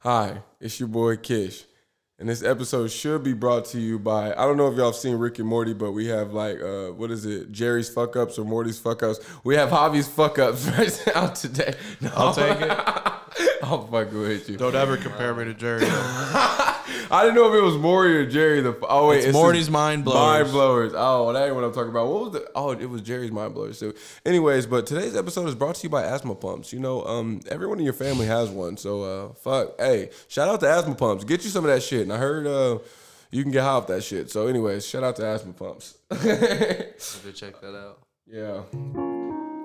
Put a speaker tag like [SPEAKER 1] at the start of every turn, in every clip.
[SPEAKER 1] Hi, it's your boy Kish. And this episode should be brought to you by I don't know if y'all have seen Rick and Morty, but we have like uh what is it, Jerry's fuck ups or Morty's fuck ups. We have Javi's fuck ups right now today. No,
[SPEAKER 2] I'll take it.
[SPEAKER 1] I'll fuck with you.
[SPEAKER 2] Don't ever compare me to Jerry.
[SPEAKER 1] I didn't know if it was Morty or Jerry the oh wait,
[SPEAKER 2] It's
[SPEAKER 1] just
[SPEAKER 2] Morty's mind blowers.
[SPEAKER 1] Mind blowers. Oh, that ain't what I'm talking about. What was the oh it was Jerry's mind blowers too. Anyways, but today's episode is brought to you by asthma pumps. You know, um everyone in your family has one. So uh fuck. Hey, shout out to asthma pumps. Get you some of that shit. And I heard uh you can get high off that shit. So anyways, shout out to asthma pumps.
[SPEAKER 3] Go check that out.
[SPEAKER 1] Yeah.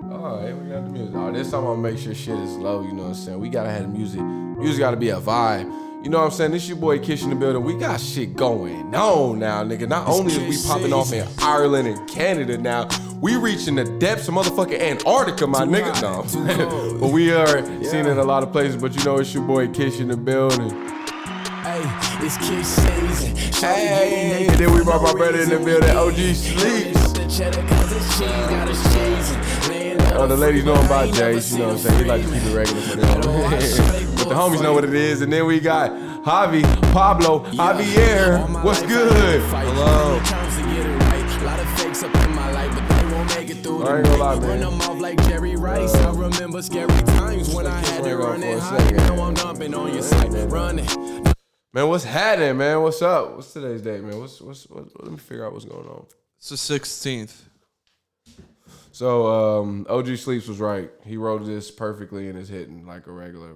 [SPEAKER 1] Oh, hey, we got the music. Oh, this time I'm gonna make sure shit is low, you know what I'm saying? We gotta have the music. Music gotta be a vibe. You know what I'm saying? This your boy Kish in the building. We got shit going on now, nigga. Not only is we popping off in Ireland and Canada now, we reaching the depths of motherfucking Antarctica, my nigga. No. but we are seen in a lot of places, but you know it's your boy Kish in the building.
[SPEAKER 4] Hey, it's kiss season.
[SPEAKER 1] Hey, and then we brought my brother in the building, OG Sleeps.
[SPEAKER 4] Oh,
[SPEAKER 1] Oh, the ladies know about Jace, you know what I'm saying? We like to keep it regular for them. but the homies know what it is. And then we got Javi, Pablo, Javier. What's good?
[SPEAKER 4] Hello. I
[SPEAKER 1] ain't gonna lie, man. Uh,
[SPEAKER 4] When I'm off like Jerry Rice, I remember scary times when I had
[SPEAKER 1] this
[SPEAKER 4] to
[SPEAKER 1] right
[SPEAKER 4] run
[SPEAKER 1] for
[SPEAKER 4] it
[SPEAKER 1] a
[SPEAKER 4] high.
[SPEAKER 1] second.
[SPEAKER 4] Now I'm dumping on your site, running.
[SPEAKER 1] Man, what's happening, man? What's up? What's today's day, man? What's, what's, what, let me figure out what's going on.
[SPEAKER 2] It's the sixteenth.
[SPEAKER 1] So, um, OG Sleeps was right. He wrote this perfectly and it's hitting like a regular,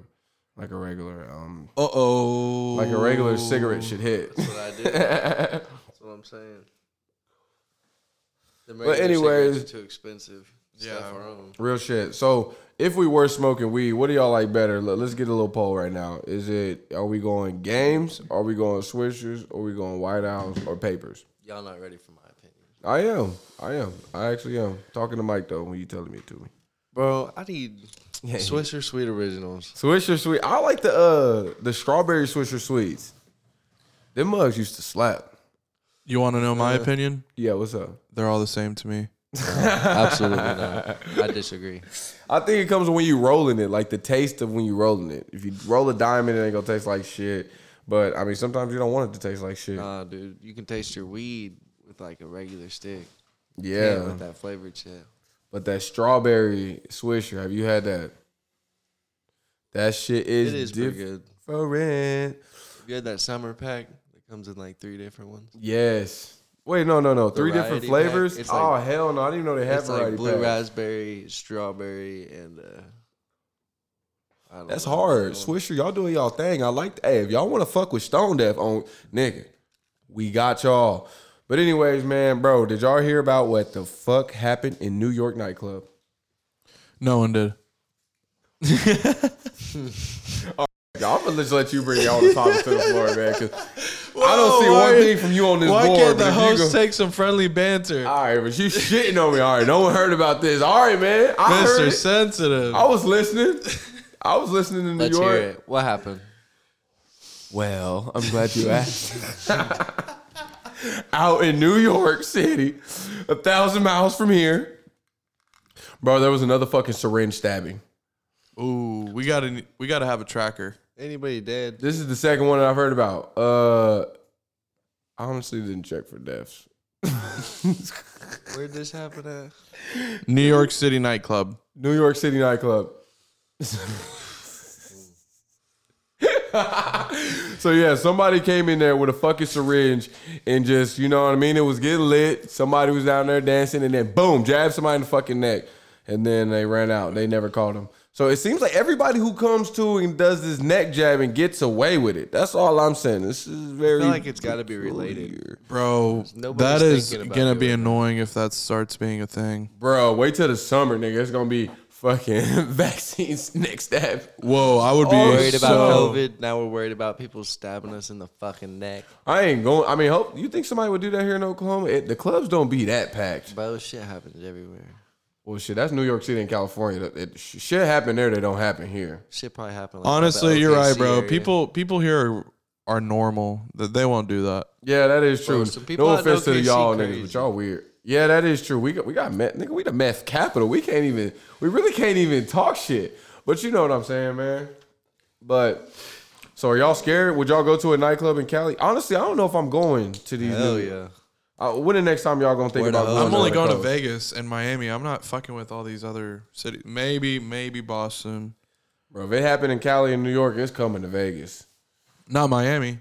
[SPEAKER 1] like a regular, um,
[SPEAKER 2] Uh oh.
[SPEAKER 1] like a regular cigarette should hit.
[SPEAKER 3] That's what I did. That's what I'm saying. The regular
[SPEAKER 1] anyways-
[SPEAKER 3] cigarettes are too expensive. Yeah,
[SPEAKER 2] Yeah.
[SPEAKER 3] our own.
[SPEAKER 1] Real shit. So if we were smoking weed, what do y'all like better? Let- Let's get a little poll right now. Is it are we going games? Are we going swishers? Are we going White House or papers?
[SPEAKER 3] Y'all not ready for my opinion,
[SPEAKER 1] I am. I am. I actually am. Talking to Mike though when you telling me to me.
[SPEAKER 3] bro. I need Swisher Sweet Originals.
[SPEAKER 1] Swisher sweet. I like the uh the strawberry swisher sweets. Them mugs used to slap.
[SPEAKER 2] You want to know my opinion?
[SPEAKER 1] Yeah, what's up?
[SPEAKER 2] They're all the same to me.
[SPEAKER 3] Absolutely not. I disagree.
[SPEAKER 1] I think it comes when you rolling it, like the taste of when you rolling it. If you roll a diamond, it ain't gonna taste like shit. But I mean, sometimes you don't want it to taste like shit.
[SPEAKER 3] Nah, dude, you can taste your weed with like a regular stick.
[SPEAKER 1] yeah,
[SPEAKER 3] with that flavored shit.
[SPEAKER 1] But that strawberry swisher, have you had that? That shit is,
[SPEAKER 3] It is pretty good.
[SPEAKER 1] different.
[SPEAKER 3] If you had that summer pack that comes in like three different ones.
[SPEAKER 1] Yes. Wait, no, no, no. Three different
[SPEAKER 3] Variety
[SPEAKER 1] flavors.
[SPEAKER 3] pack. It's
[SPEAKER 1] oh
[SPEAKER 3] like-
[SPEAKER 1] hell no! I didn't even know they had
[SPEAKER 3] It's
[SPEAKER 1] variety
[SPEAKER 3] like blue
[SPEAKER 1] packs.
[SPEAKER 3] raspberry, strawberry, and uh, I don't
[SPEAKER 1] That's
[SPEAKER 3] know.
[SPEAKER 1] hard. Swisher, y'all doing y'all thing. I like. Hey, if y'all want to fuck with Stone Deaf on nigga, we got y'all. But anyways, man, bro, did y'all hear about what the fuck happened in New York nightclub?
[SPEAKER 2] No one did.
[SPEAKER 1] Y'all, I'm gonna just let you bring y'all the topics to the floor, man. 'cause I don't see
[SPEAKER 2] Whoa,
[SPEAKER 1] one
[SPEAKER 2] why-
[SPEAKER 1] thing from you on this board. but if you go-
[SPEAKER 2] take some friendly banter?
[SPEAKER 1] All right, but you shitting on me. All right, no one heard about this. All right, man. I heard it.
[SPEAKER 2] Sensitive.
[SPEAKER 1] I was listening. I was listening in New
[SPEAKER 3] Let's
[SPEAKER 1] York.
[SPEAKER 3] hear it. What happened?
[SPEAKER 1] Well, I'm glad you asked. Out in New York City, a thousand miles from here, bro. There was another fucking syringe stabbing.
[SPEAKER 2] Ooh, we gotta we gotta have a tracker.
[SPEAKER 3] Anybody dead?
[SPEAKER 1] This is the second one that I've heard about. Uh, I honestly didn't check for deaths.
[SPEAKER 3] Where'd this happen at?
[SPEAKER 2] New York City nightclub.
[SPEAKER 1] New York City nightclub. so yeah, somebody came in there with a fucking syringe and just, you know what I mean? It was getting lit. Somebody was down there dancing and then boom, jabbed somebody in the fucking neck. And then they ran out. They never caught him. So it seems like everybody who comes to and does this neck jab and gets away with it. That's all I'm saying. This is very
[SPEAKER 3] I feel like it's got to be related.
[SPEAKER 1] weird.
[SPEAKER 2] Bro,
[SPEAKER 3] nobody's
[SPEAKER 2] that is
[SPEAKER 3] thinking about
[SPEAKER 2] gonna be
[SPEAKER 3] doing that.
[SPEAKER 2] annoying if that starts being a thing.
[SPEAKER 1] Bro, wait till the summer, nigga. It's gonna be fucking vaccines next step.
[SPEAKER 2] Whoa, I would be
[SPEAKER 3] Worried about
[SPEAKER 2] so-
[SPEAKER 3] COVID. Now we're worried about people stabbing us in the fucking neck.
[SPEAKER 1] I ain't going. I mean, hope you think somebody would do that here in Oklahoma? It, the clubs don't be that packed.
[SPEAKER 3] Bro, shit happens everywhere.
[SPEAKER 1] Well, shit, that's New York City and California. It, it- sh- shit happen there that don't happen here.
[SPEAKER 3] Shit probably happened. Like
[SPEAKER 2] Honestly,
[SPEAKER 3] the
[SPEAKER 2] you're right,
[SPEAKER 3] OKC
[SPEAKER 2] bro.
[SPEAKER 3] area.
[SPEAKER 2] People people here are, are normal. That they won't do that.
[SPEAKER 1] Yeah, that is true.
[SPEAKER 3] Bro, some people
[SPEAKER 1] no
[SPEAKER 3] out in
[SPEAKER 1] offense to
[SPEAKER 3] OKC
[SPEAKER 1] y'all niggas,
[SPEAKER 3] crazy.
[SPEAKER 1] but y'all weird. Yeah, that is true. We got, we got meth, nigga. We the meth capital. We can't even. We really can't even talk shit. But you know what I'm saying, man. But So are y'all scared? Would y'all go to a nightclub in Cali? Honestly, I don't know if I'm going to these.
[SPEAKER 3] Hell
[SPEAKER 1] new-
[SPEAKER 3] yeah.
[SPEAKER 1] Uh, when the next time y'all gonna think
[SPEAKER 3] Where the
[SPEAKER 1] about
[SPEAKER 3] hell
[SPEAKER 1] going?
[SPEAKER 2] I'm
[SPEAKER 3] no,
[SPEAKER 2] only
[SPEAKER 1] the
[SPEAKER 2] going to
[SPEAKER 1] coast?
[SPEAKER 2] Vegas and Miami. I'm not fucking with all these other cities. Maybe, maybe Boston.
[SPEAKER 1] Bro, if it happened in Cali and New York, it's coming to Vegas.
[SPEAKER 2] Not Miami.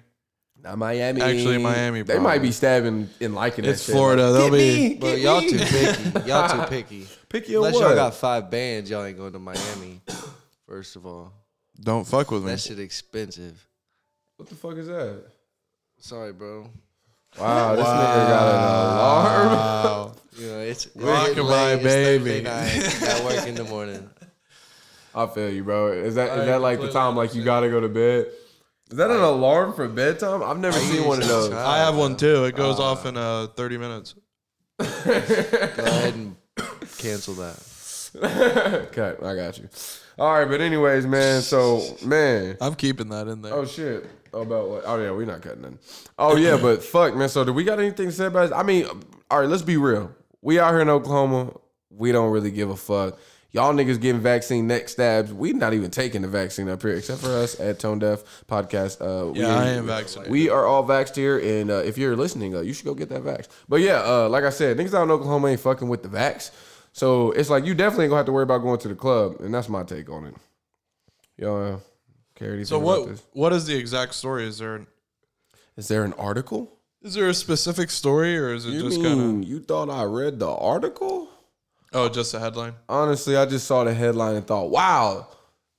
[SPEAKER 1] Not Miami.
[SPEAKER 2] Actually, Miami,
[SPEAKER 1] They
[SPEAKER 2] bro.
[SPEAKER 1] might be stabbing and liking that
[SPEAKER 2] It's
[SPEAKER 1] shit.
[SPEAKER 2] Florida. They'll
[SPEAKER 1] Get
[SPEAKER 2] be.
[SPEAKER 1] me,
[SPEAKER 3] Bro,
[SPEAKER 1] get
[SPEAKER 3] y'all
[SPEAKER 1] me.
[SPEAKER 3] too picky. Y'all too picky.
[SPEAKER 1] Pick your
[SPEAKER 3] Unless
[SPEAKER 1] what?
[SPEAKER 3] y'all got five bands, y'all ain't going to Miami. First of all,
[SPEAKER 2] Don't fuck with me.
[SPEAKER 3] that shit expensive.
[SPEAKER 1] what the fuck is that?
[SPEAKER 3] Sorry, bro.
[SPEAKER 1] Wow, this nigga got an alarm.
[SPEAKER 2] Wow.
[SPEAKER 3] You know, it's it's
[SPEAKER 2] Rock
[SPEAKER 3] getting
[SPEAKER 2] and my
[SPEAKER 3] late, it's
[SPEAKER 2] baby.
[SPEAKER 3] Thursday night, Got work in the morning.
[SPEAKER 1] I feel you, bro. Is that is
[SPEAKER 2] I
[SPEAKER 1] that like the time like you gotta go to bed? Is that an alarm for bedtime? I've never seen one of those.
[SPEAKER 2] I have one too. It goes off in uh 30 minutes.
[SPEAKER 3] Go ahead and cancel that.
[SPEAKER 1] Cut. I got you. All right, but anyways, man. So man.
[SPEAKER 2] I'm keeping that in there.
[SPEAKER 1] Oh shit. About what? Oh yeah, we're not cutting none. Oh yeah, but fuck, man. So do we got anything to say about? This? I mean, all right. Let's be real. We out here in Oklahoma. We don't really give a fuck. Y'all niggas getting vaccine neck stabs. We not even taking the vaccine up here, except for us at Tone Deaf Podcast. Uh, we
[SPEAKER 2] Yeah, I am vaccinated.
[SPEAKER 1] We are all vaxxed here, and uh, if you're listening, uh, you should go get that vax. But yeah, uh, like I said, niggas out in Oklahoma ain't fucking with the vax. So it's like you definitely ain't gonna have to worry about going to the club, and that's my take on it. Y'all uh, care anything
[SPEAKER 2] so
[SPEAKER 1] about
[SPEAKER 2] what?
[SPEAKER 1] this?
[SPEAKER 2] What is the exact story? Is there an,
[SPEAKER 1] Is there an article?
[SPEAKER 2] is there a specific story or is it
[SPEAKER 1] You
[SPEAKER 2] just
[SPEAKER 1] mean
[SPEAKER 2] kind of
[SPEAKER 1] you thought I read the article?
[SPEAKER 2] oh just a headline?
[SPEAKER 1] Honestly, I just saw the headline and thought, wow,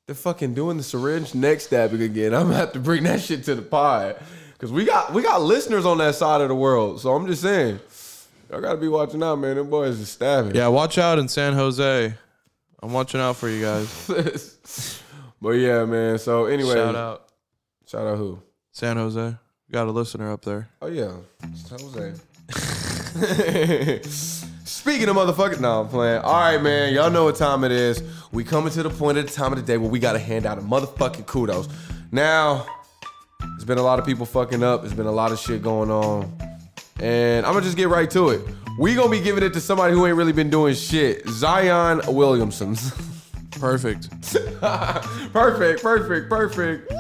[SPEAKER 1] they're fucking doing the syringe neck stabbing again. I'm gonna have to bring that shit to the pod. Cause we got we got listeners on that side of the world. So I'm just saying, y'all gotta be watching out, man. Them boys is stabbing.
[SPEAKER 2] Yeah, watch out in San Jose. I'm watching out for you guys.
[SPEAKER 1] but yeah, man. So anyway,
[SPEAKER 2] Shout out
[SPEAKER 1] Shout out who?
[SPEAKER 2] San Jose. Got a listener up there.
[SPEAKER 1] Oh yeah, it's Jose. Speaking of motherfuckers, no, I'm playing. All right, man, y'all know what time it is. We coming to the point of the time of the day where we gotta hand out a motherfucking kudos. Now, it's been a lot of people fucking up. It's been a lot of shit going on, and I'm gonna just get right to it. We gonna be giving it to somebody who ain't really been doing shit. Zion Williamson.
[SPEAKER 2] Perfect.
[SPEAKER 1] perfect, perfect, perfect.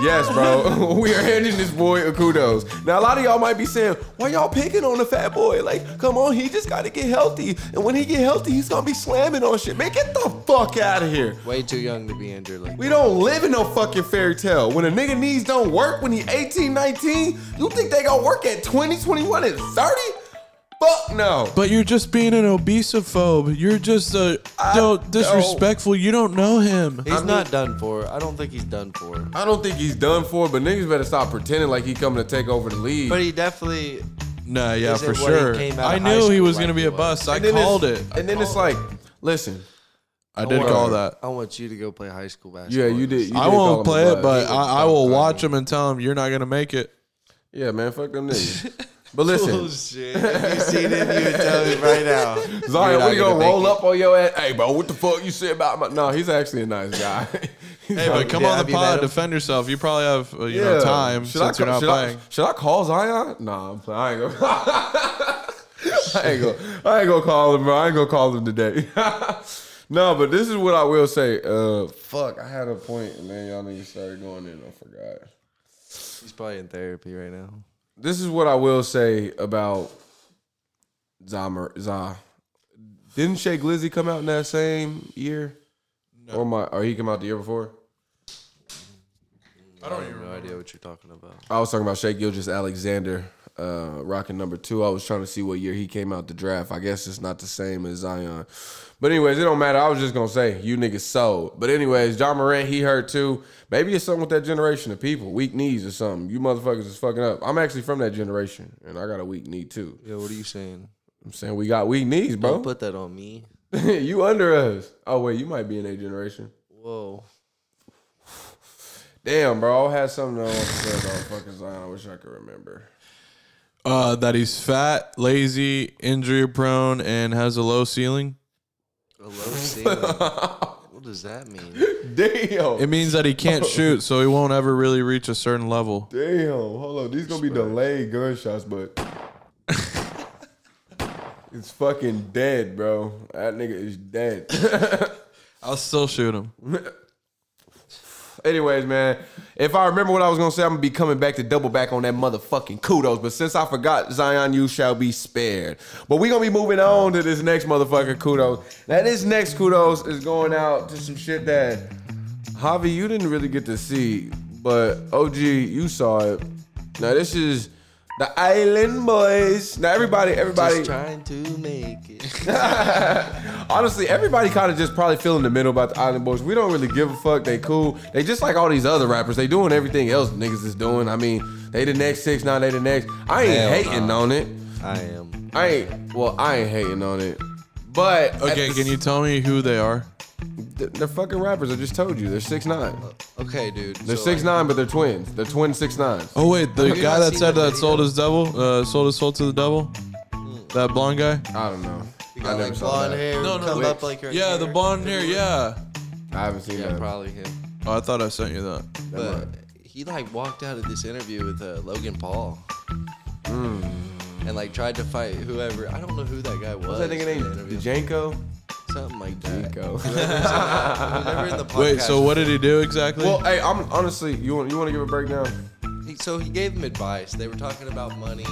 [SPEAKER 1] Yes, bro. we are handing this boy a kudos. Now, a lot of y'all might be saying, "Why y'all picking on the fat boy? Like, come on, he just got to get healthy, and when he get healthy, he's gonna be slamming on shit." Man, get the fuck out of here.
[SPEAKER 3] Way too young to be injured. Like,
[SPEAKER 1] We don't live in no fucking fairy tale. When a nigga knees don't work when he 18, 19, you think they gonna work at 20, 21, and 30? Fuck no.
[SPEAKER 2] But you're just being an obesophobe. You're just a don't disrespectful. You don't know him.
[SPEAKER 3] he's not done for. I don't think he's done for.
[SPEAKER 1] I don't think he's done for, but niggas better stop pretending like he coming to take over the league.
[SPEAKER 3] But he definitely.
[SPEAKER 2] Nah, yeah,
[SPEAKER 3] Is it
[SPEAKER 2] for
[SPEAKER 3] what he
[SPEAKER 2] sure.
[SPEAKER 3] came out
[SPEAKER 2] I
[SPEAKER 3] of high
[SPEAKER 2] knew he
[SPEAKER 3] school
[SPEAKER 2] was
[SPEAKER 3] like
[SPEAKER 2] gonna be
[SPEAKER 3] he
[SPEAKER 2] a
[SPEAKER 3] was.
[SPEAKER 2] bust. I
[SPEAKER 1] And then it's-
[SPEAKER 2] called it.
[SPEAKER 1] And then it's like, listen,
[SPEAKER 2] I did call that.
[SPEAKER 3] I want you to go play high school
[SPEAKER 1] yeah,
[SPEAKER 3] basketball.
[SPEAKER 1] you did. You
[SPEAKER 2] I
[SPEAKER 1] did call
[SPEAKER 2] won't play
[SPEAKER 1] him a
[SPEAKER 2] it,
[SPEAKER 1] bust.
[SPEAKER 2] but I, I will watch him and tell him you're not gonna make it.
[SPEAKER 1] yeah, man, fuck them niggas. But listen,
[SPEAKER 3] Bullshit. If Oh, you seen him, you would tell me right now.
[SPEAKER 1] Zion,
[SPEAKER 3] not
[SPEAKER 1] we gonna
[SPEAKER 3] gonna
[SPEAKER 1] roll
[SPEAKER 3] make
[SPEAKER 1] up on your ass. Hey, bro, what the fuck you said about my? No, he's actually a nice guy. He's
[SPEAKER 2] Hey,
[SPEAKER 1] not-
[SPEAKER 2] but come
[SPEAKER 3] yeah,
[SPEAKER 2] on
[SPEAKER 3] have
[SPEAKER 2] the
[SPEAKER 3] you met
[SPEAKER 2] pod,
[SPEAKER 3] him?
[SPEAKER 2] defend yourself. You probably have uh, you know time
[SPEAKER 1] Should
[SPEAKER 2] since
[SPEAKER 1] I
[SPEAKER 2] you're
[SPEAKER 1] ca-
[SPEAKER 2] not
[SPEAKER 1] should
[SPEAKER 2] playing.
[SPEAKER 1] I, should I call Zion? Nah, I'm playing. I ain't gonna. I ain't gonna. I ain't gonna call him, bro. I ain't gonna call him today. no, but this is what I will say. Uh, fuck, I had a point, and then y'all niggas started going in. I forgot.
[SPEAKER 3] He's probably in therapy right now.
[SPEAKER 1] This is what I will say about Zamer Za. Didn't Shay Glizzy come out in that same year? Or my or he come out the year before?
[SPEAKER 3] I don't even have no idea what you're talking about.
[SPEAKER 1] I was talking about Shea Gilgis Alexander, uh, rocking number two. I was trying to see what year he came out the draft. I guess it's not the same as Zion. But anyways, it don't matter. I was just gonna say you niggas sold. But anyways, John Morant he hurt too. Maybe it's something with that generation of people, weak knees or something. You motherfuckers is fucking up. I'm actually from that generation, and I got a weak knee too.
[SPEAKER 3] Yeah, what are you saying?
[SPEAKER 1] I'm saying we got weak knees, bro.
[SPEAKER 3] Don't put that on me.
[SPEAKER 1] you under us. Oh wait, you might be in a generation.
[SPEAKER 3] Whoa.
[SPEAKER 1] Damn, bro. I had something I want to say about fucking Zion. I wish I could remember.
[SPEAKER 2] Uh, that he's fat, lazy, injury prone, and has a low ceiling.
[SPEAKER 3] A low ceiling. what does that mean?
[SPEAKER 1] Damn.
[SPEAKER 2] It means that he can't shoot, so he won't ever really reach a certain level.
[SPEAKER 1] Damn. Hold on. These gonna be delayed gunshots, but it's fucking dead, bro. That nigga is dead.
[SPEAKER 2] I'll still shoot him.
[SPEAKER 1] Anyways, man, if I remember what I was gonna say, I'm gonna be coming back to double back on that motherfucking kudos. But since I forgot, Zion, you shall be spared. But we gonna be moving on to this next motherfucking kudos. Now this next kudos is going out to some shit that Javi, you didn't really get to see, but OG, you saw it. Now this is the Island Boys. Now everybody, everybody,
[SPEAKER 3] Just trying to make it.
[SPEAKER 1] Honestly, everybody kind of just probably feel in the middle about the Island Boys. We don't really give a fuck. They cool. They just like all these other rappers. They doing everything else niggas is doing. I mean, they the next six, now they the next. I ain't
[SPEAKER 3] Hell
[SPEAKER 1] hating
[SPEAKER 3] nah.
[SPEAKER 1] on it.
[SPEAKER 3] I am.
[SPEAKER 1] I ain't. Well, I ain't hating on it. But at
[SPEAKER 2] Okay,
[SPEAKER 1] the
[SPEAKER 2] can you tell me who they are?
[SPEAKER 1] Th- They're fucking rappers. I just told you. They're six nine.
[SPEAKER 3] Okay, dude.
[SPEAKER 1] They're
[SPEAKER 3] so,
[SPEAKER 1] six
[SPEAKER 3] like,
[SPEAKER 1] nine, but they're twins. They're twin six nine.
[SPEAKER 2] Oh wait, the
[SPEAKER 3] Have you
[SPEAKER 2] guy
[SPEAKER 3] not
[SPEAKER 2] that
[SPEAKER 3] seen
[SPEAKER 2] said
[SPEAKER 3] the
[SPEAKER 2] that
[SPEAKER 3] video?
[SPEAKER 2] sold his devil, uh, sold his soul to the devil,
[SPEAKER 3] Hmm.
[SPEAKER 2] that blonde guy.
[SPEAKER 1] I don't know.
[SPEAKER 3] You
[SPEAKER 1] I
[SPEAKER 3] got
[SPEAKER 1] never
[SPEAKER 3] like
[SPEAKER 1] saw
[SPEAKER 3] blonde
[SPEAKER 1] that.
[SPEAKER 3] hair.
[SPEAKER 2] No, no,
[SPEAKER 3] come
[SPEAKER 2] wait.
[SPEAKER 3] up like you're a
[SPEAKER 2] Yeah, the
[SPEAKER 3] carrot.
[SPEAKER 2] blonde hair. Yeah.
[SPEAKER 1] I haven't seen
[SPEAKER 3] Yeah,
[SPEAKER 1] that.
[SPEAKER 3] probably him.
[SPEAKER 2] Oh, I thought I sent you that.
[SPEAKER 1] Never
[SPEAKER 3] But
[SPEAKER 1] mind.
[SPEAKER 3] he like walked out of this interview with uh, Logan Paul. And like tried to fight whoever. I don't know who that guy was.
[SPEAKER 1] What's that nigga
[SPEAKER 3] in
[SPEAKER 1] named?
[SPEAKER 3] the interview.
[SPEAKER 1] Django.
[SPEAKER 3] Something like that.
[SPEAKER 1] Django.
[SPEAKER 3] Whoever in the podcast.
[SPEAKER 2] Wait, so what did he do exactly?
[SPEAKER 1] well, hey, I'm honestly. You want you want to give a breakdown?
[SPEAKER 3] He, so he gave him advice. They were talking about money,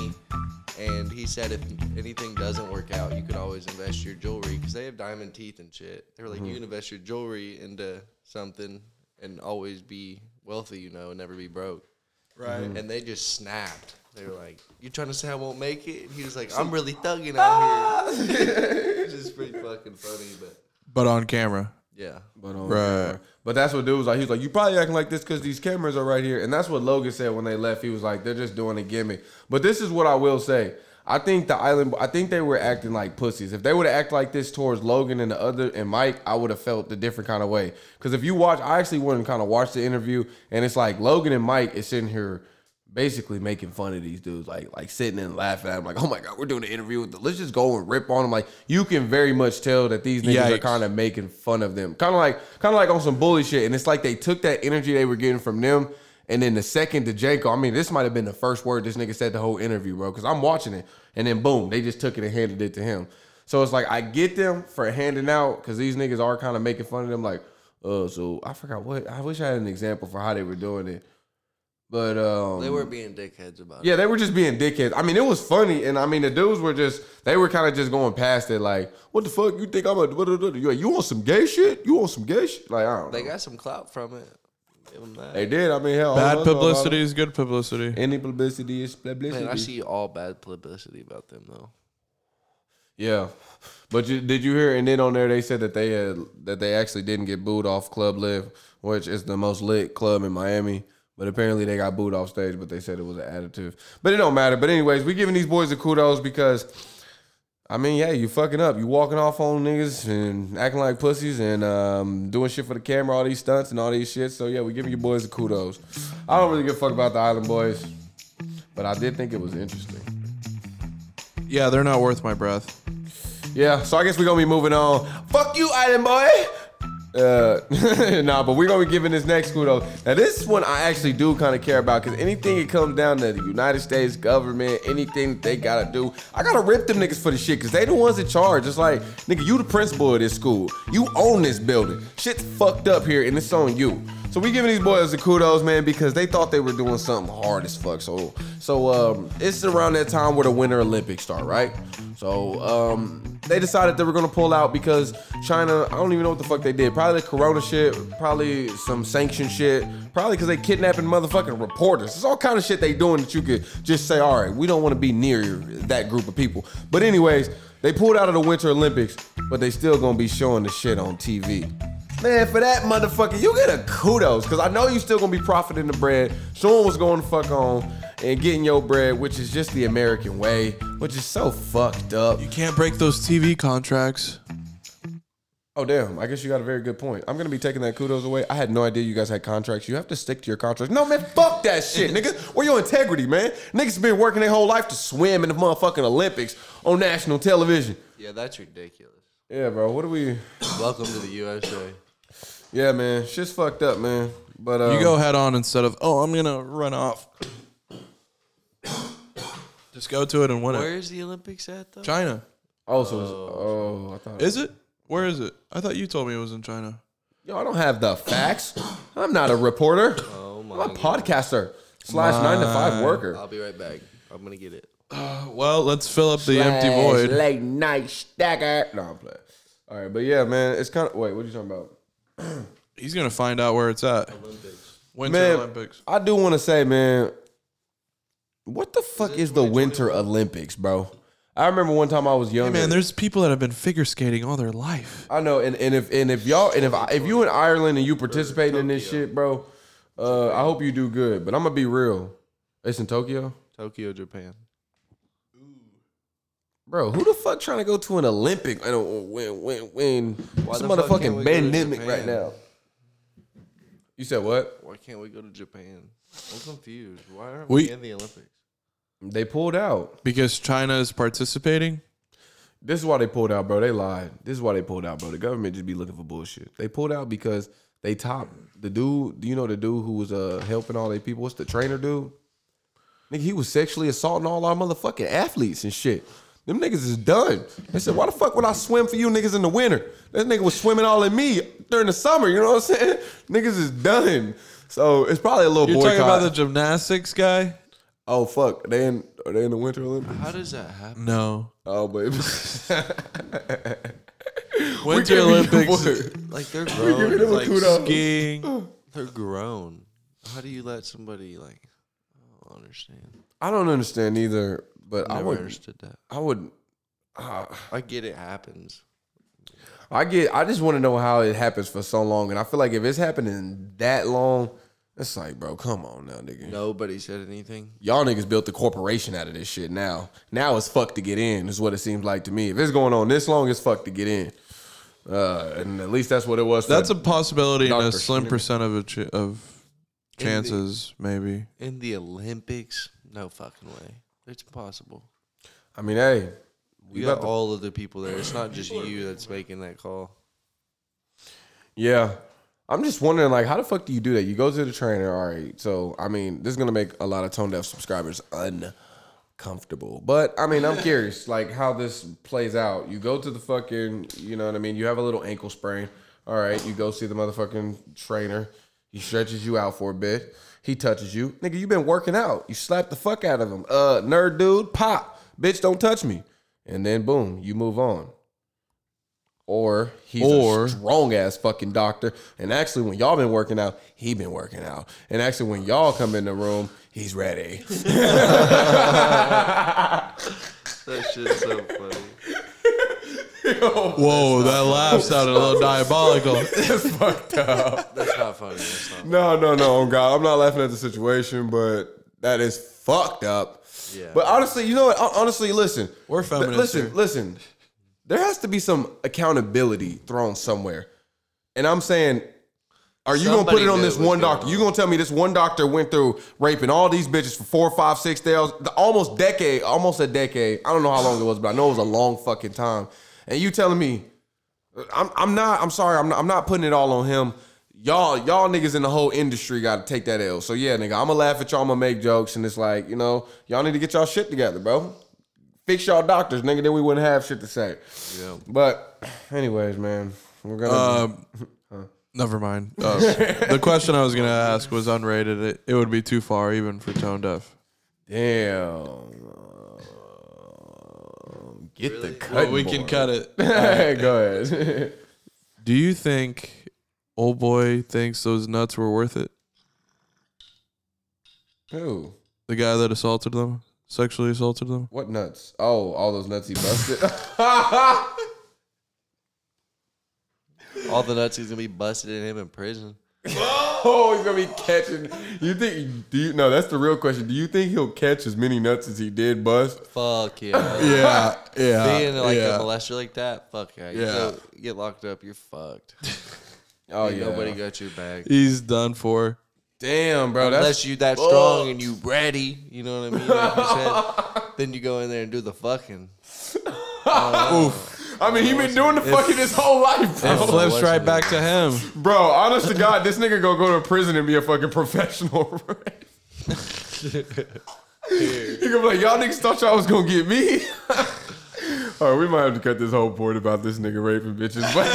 [SPEAKER 3] and he said if anything doesn't work out, you could always invest your jewelry because they have diamond teeth and shit. They were like, you
[SPEAKER 1] Mm-hmm.
[SPEAKER 3] can invest your jewelry into something and always be wealthy, you know, and never be broke. Right. And they just snapped. They were like, "You trying to say I won't make it?" And he was like, "I'm really thugging
[SPEAKER 1] Ah!
[SPEAKER 3] out here." Which is pretty fucking funny, but
[SPEAKER 2] but on camera.
[SPEAKER 3] yeah.
[SPEAKER 1] But um,
[SPEAKER 2] Right.
[SPEAKER 1] But that's what dude was like. He was like, "You probably acting like this because these cameras are right here." And that's what Logan said when they left. He was like, "They're just doing a gimmick." But this is what I will say. I think the island. I think they were acting like pussies. If they would have acted like this towards Logan and the other and Mike, I would have felt a different kind of way. Because if you watch, I actually went and kind of watched the interview, and it's like Logan and Mike is sitting here basically making fun of these dudes, like like sitting and laughing at him, like, "Oh my god, we're doing an interview with the. Let's just go and rip on them." Like you can very much tell that these niggas are
[SPEAKER 2] Yikes.
[SPEAKER 1] kind of kind of making fun of them, kind of like kind of like on some bully shit. And it's like they took that energy they were getting from them, and then the second to Janko, I mean, this might have been the first word this nigga said the whole interview, bro. Because I'm watching it, and then boom, they just took it and handed it to him. So it's like I get them for handing out because these niggas are kind of making fun of them. Like, uh, so I forgot what I wish I had an example for how they were doing it, but um,
[SPEAKER 3] They were being dickheads about it.
[SPEAKER 1] yeah, they were just being dickheads. I mean, it was funny, and I mean, the dudes were just they were kind of just going past it, like, "What the fuck? You think I'm a what, what, what- you, you want some gay shit? You want some gay shit? Like, I don't
[SPEAKER 3] They
[SPEAKER 1] know.
[SPEAKER 3] got some clout from it. Give 'em that.
[SPEAKER 1] They did. I mean, hell, all
[SPEAKER 3] oh,
[SPEAKER 1] of
[SPEAKER 2] Bad
[SPEAKER 1] us know about
[SPEAKER 2] publicity
[SPEAKER 1] it.
[SPEAKER 2] is good publicity.
[SPEAKER 1] Any publicity is publicity.
[SPEAKER 3] Man, I see all bad publicity about them though.
[SPEAKER 1] Yeah, but you, did you hear? And then on there, they said that they had that they actually didn't get booed off Club Live, which is the most lit club in Miami. But apparently, they got booed off stage. But they said it was an additive. But it don't matter. But anyways, we giving these boys the kudos because. I mean, yeah, you fucking up. You walking off on niggas and acting like pussies and um, doing shit for the camera, all these stunts and all these shit. So yeah, we giving you boys the kudos. I don't really give a fuck about the Island Boys, but I did think it was interesting.
[SPEAKER 2] Yeah, they're not worth my breath.
[SPEAKER 1] Yeah, so I guess we're gonna be moving on. Fuck you, Island Boy. Uh, nah, but we're gonna be giving this next kudos. Now, this one I actually do kind of care about because anything it comes down to the United States government, anything that they gotta do, I gotta rip them niggas for the shit because they the ones in charge. It's like, nigga, you the principal of this school, you own this building. Shit's fucked up here, and it's on you. So we giving these boys the kudos, man, because they thought they were doing something hard as fuck. So, so um, it's around that time where the Winter Olympics start, right? So um, they decided they were gonna pull out because China. I don't even know what the fuck they did. Probably the Corona shit. Probably some sanction shit. Probably because they kidnapping motherfucking reporters. It's all kind of shit they doing that you could just say, all right, we don't want to be near that group of people. But anyways, they pulled out of the Winter Olympics, but they still gonna be showing the shit on TV. Man, for that motherfucker, you get a kudos. Cause I know you still gonna be profiting the bread, showing what's going to fuck on, and getting your bread, which is just the American way, which is so fucked up.
[SPEAKER 2] You can't break those TV contracts.
[SPEAKER 1] Oh damn, I guess you got a very good point. I'm gonna be taking that kudos away. I had no idea you guys had contracts. You have to stick to your contracts. No man, fuck that shit, nigga. Where your integrity, man? Niggas been working their whole life to swim in the motherfucking Olympics on national television.
[SPEAKER 3] Yeah, that's ridiculous.
[SPEAKER 1] Yeah, bro. What do we
[SPEAKER 3] Welcome to the USA.
[SPEAKER 1] Yeah, man. Shit's fucked up, man. But uh
[SPEAKER 2] You go head on instead of, oh, I'm gonna run off. Just go to it and win
[SPEAKER 3] Where
[SPEAKER 2] it.
[SPEAKER 3] is the Olympics at though?
[SPEAKER 2] China.
[SPEAKER 1] Oh, so it's, oh, I thought
[SPEAKER 2] Is it? Where is it? I thought you told me it was in China.
[SPEAKER 1] Yo, I don't have the facts. I'm not a reporter.
[SPEAKER 3] Oh my.
[SPEAKER 1] I'm a podcaster slash nine to five worker.
[SPEAKER 3] I'll be right back. I'm gonna get it.
[SPEAKER 2] Well, let's fill up the empty
[SPEAKER 1] Slash
[SPEAKER 2] void.
[SPEAKER 1] Late night stacker. No, I'm playing. All right, but yeah, man, it's kind of wait. What are you talking about?
[SPEAKER 2] He's gonna find out where it's at.
[SPEAKER 3] Olympics.
[SPEAKER 2] Winter
[SPEAKER 1] Man,
[SPEAKER 2] Olympics.
[SPEAKER 1] I do want to say, man, what the fuck is, the Winter Olympics, bro? I remember one time I was
[SPEAKER 2] Hey,
[SPEAKER 1] younger.
[SPEAKER 2] man, there's people that have been figure skating all their life.
[SPEAKER 1] I know, and, and if and if y'all and if I, if you in Ireland and you participating in this shit, bro, uh, I hope you do good. But I'm gonna be real. It's in Tokyo,
[SPEAKER 3] Tokyo, Japan.
[SPEAKER 1] bro. Who the fuck trying to go to an Olympic? I don't win, win, win. It's a
[SPEAKER 3] the fuck can't
[SPEAKER 1] motherfucking
[SPEAKER 3] we go to
[SPEAKER 1] pandemic right
[SPEAKER 3] Japan?
[SPEAKER 1] now. You said what?
[SPEAKER 3] Why can't we go to Japan? I'm confused. Why aren't
[SPEAKER 2] We-
[SPEAKER 3] we in the Olympics?
[SPEAKER 1] They pulled out.
[SPEAKER 2] Because China is participating.
[SPEAKER 1] This is why they pulled out, bro. They lied. This is why they pulled out, bro. The government just be looking for bullshit. They pulled out because they top the dude. Do you know the dude who was uh helping all they people? What's the trainer dude? Nigga, he was sexually assaulting all our motherfucking athletes and shit. Them niggas is done. They said, why the fuck would I swim for you niggas in the winter? That nigga was swimming all in me during the summer. You know what I'm saying? Niggas is done. So it's probably a little
[SPEAKER 2] You're
[SPEAKER 1] boycott.
[SPEAKER 2] talking about the gymnastics guy?
[SPEAKER 1] oh fuck, they in are they in the winter Olympics?
[SPEAKER 3] How does that happen?
[SPEAKER 2] No.
[SPEAKER 1] Oh, but
[SPEAKER 2] Winter Olympics.
[SPEAKER 3] Like they're grown.
[SPEAKER 1] them a
[SPEAKER 3] like,
[SPEAKER 1] kudos.
[SPEAKER 2] Skiing.
[SPEAKER 3] They're grown. How do you let somebody like? I don't understand.
[SPEAKER 1] I don't understand either. But
[SPEAKER 3] I
[SPEAKER 1] I
[SPEAKER 3] never
[SPEAKER 1] would
[SPEAKER 3] understood that.
[SPEAKER 1] I would.
[SPEAKER 3] I get it happens.
[SPEAKER 1] I get. I just want to know how it happens for so long, and I feel like if it's happening that long, it's like, bro, come on now, nigga.
[SPEAKER 3] Nobody said anything.
[SPEAKER 1] Y'all niggas built the corporation out of this shit. Now, now it's fucked to get in. Is what it seems like to me. If it's going on this long, it's fucked to get in. Uh, and at least that's what it was. For,
[SPEAKER 2] That's a possibility and a
[SPEAKER 1] Dr.
[SPEAKER 2] slim
[SPEAKER 1] Schmidt.
[SPEAKER 2] percent of a ch- of chances, maybe.
[SPEAKER 3] In the Olympics? No fucking way. It's impossible.
[SPEAKER 1] I mean, hey,
[SPEAKER 3] We got all of the people there. It's not just you that's making that call.
[SPEAKER 1] Yeah. I'm just wondering, like, how the fuck do you do that? You go to the trainer, all right. So, I mean, this is gonna make a lot of tone deaf subscribers uncomfortable. But I mean, I'm curious, like, how this plays out. You go to the fucking, you know what I mean? You have a little ankle sprain. All right, you go see the motherfucking trainer. He stretches you out for a bit. He touches you, nigga. You been working out. You slap the fuck out of him. Uh, nerd dude, pop, bitch, don't touch me. And then boom, you move on or he's a
[SPEAKER 2] Or-
[SPEAKER 1] strong ass fucking doctor. And actually, when y'all been working out, he been working out. And actually, when y'all come in the room, he's ready.
[SPEAKER 3] That shit's so funny.
[SPEAKER 2] Whoa, that laugh sounded a little diabolical.
[SPEAKER 3] That's not funny. That's not.
[SPEAKER 1] no, no, no, oh God, I'm not laughing at the situation, but that is fucked up.
[SPEAKER 3] Yeah.
[SPEAKER 1] But honestly, you know what? Hon- Honestly, listen.
[SPEAKER 2] We're feminists
[SPEAKER 1] Listen,
[SPEAKER 2] here.
[SPEAKER 1] listen. There has to be some accountability thrown somewhere. And I'm saying, are you gonna put
[SPEAKER 3] Somebody
[SPEAKER 1] it on
[SPEAKER 3] knew
[SPEAKER 1] this
[SPEAKER 3] it was
[SPEAKER 1] one
[SPEAKER 3] going
[SPEAKER 1] doctor? You gonna tell me this one doctor went through raping all these bitches for four, five, six days, the- almost decade, almost a decade. I don't know how long it was, but I know it was a long fucking time. And you telling me, I'm, I'm not. I'm sorry. I'm not, I'm not putting it all on him. Y'all, y'all niggas in the whole industry got to take that L. So yeah, nigga, I'ma laugh at y'all. I'ma make jokes, and it's like, you know, y'all need to get y'all shit together, bro. Fix y'all doctors, nigga. Then we wouldn't have shit to say.
[SPEAKER 3] Yeah.
[SPEAKER 1] But, anyways, man, we're gonna.
[SPEAKER 3] Uh,
[SPEAKER 2] Um, never mind. Uh, the question I was gonna ask was unrated. It, it would be too far even for tone deaf.
[SPEAKER 1] Damn. Get the cut.
[SPEAKER 2] But we can cut it.
[SPEAKER 1] Go ahead.
[SPEAKER 2] Do you think old boy thinks those nuts were worth it?
[SPEAKER 1] Who?
[SPEAKER 2] The guy that assaulted them, sexually assaulted them.
[SPEAKER 1] What nuts? Oh, all those nuts he busted.
[SPEAKER 3] All the nuts he's gonna be busted in him in prison.
[SPEAKER 1] oh, he's gonna be catching. You think? Do you? No, that's the real question. Do you think he'll catch as many nuts as he did bust?
[SPEAKER 3] Fuck yeah.
[SPEAKER 2] Yeah, yeah.
[SPEAKER 3] Being like a molester like that, fuck yeah. You
[SPEAKER 2] Yeah.
[SPEAKER 3] go- get locked up, you're fucked.
[SPEAKER 1] Oh
[SPEAKER 3] Ain't
[SPEAKER 1] yeah.
[SPEAKER 3] Nobody got your back.
[SPEAKER 2] He's done for.
[SPEAKER 1] Damn, bro.
[SPEAKER 3] Unless
[SPEAKER 1] That's
[SPEAKER 3] you that strong and you ready, you know what I mean? Like you said, then you go in there and do the fucking.
[SPEAKER 1] I mean, he been doing the fucking his whole life,
[SPEAKER 2] It
[SPEAKER 1] bro.
[SPEAKER 2] flips right back to him.
[SPEAKER 1] Bro, honest to God, this nigga gonna go to prison and be a fucking professional. you gonna be like, y'all niggas thought y'all was gonna get me. All right, we might have to cut this whole board about this nigga raping bitches. But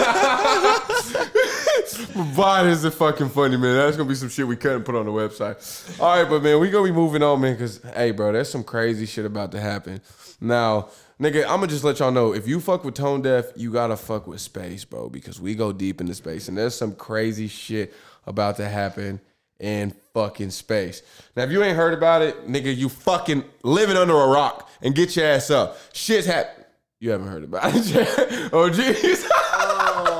[SPEAKER 1] Why is it fucking funny, man? That's gonna be some shit we couldn't put on the website. All right, but man, we gonna be moving on, man, because hey, bro, there's some crazy shit about to happen. Now, nigga, I'm gonna just let y'all know if you fuck with tone deaf, you gotta fuck with space, bro, because we go deep into space, and there's some crazy shit about to happen in fucking space. Now, if you ain't heard about it, nigga, you fucking living under a rock and get your ass up. Shit's happening. You haven't heard about it, yet. oh jeez.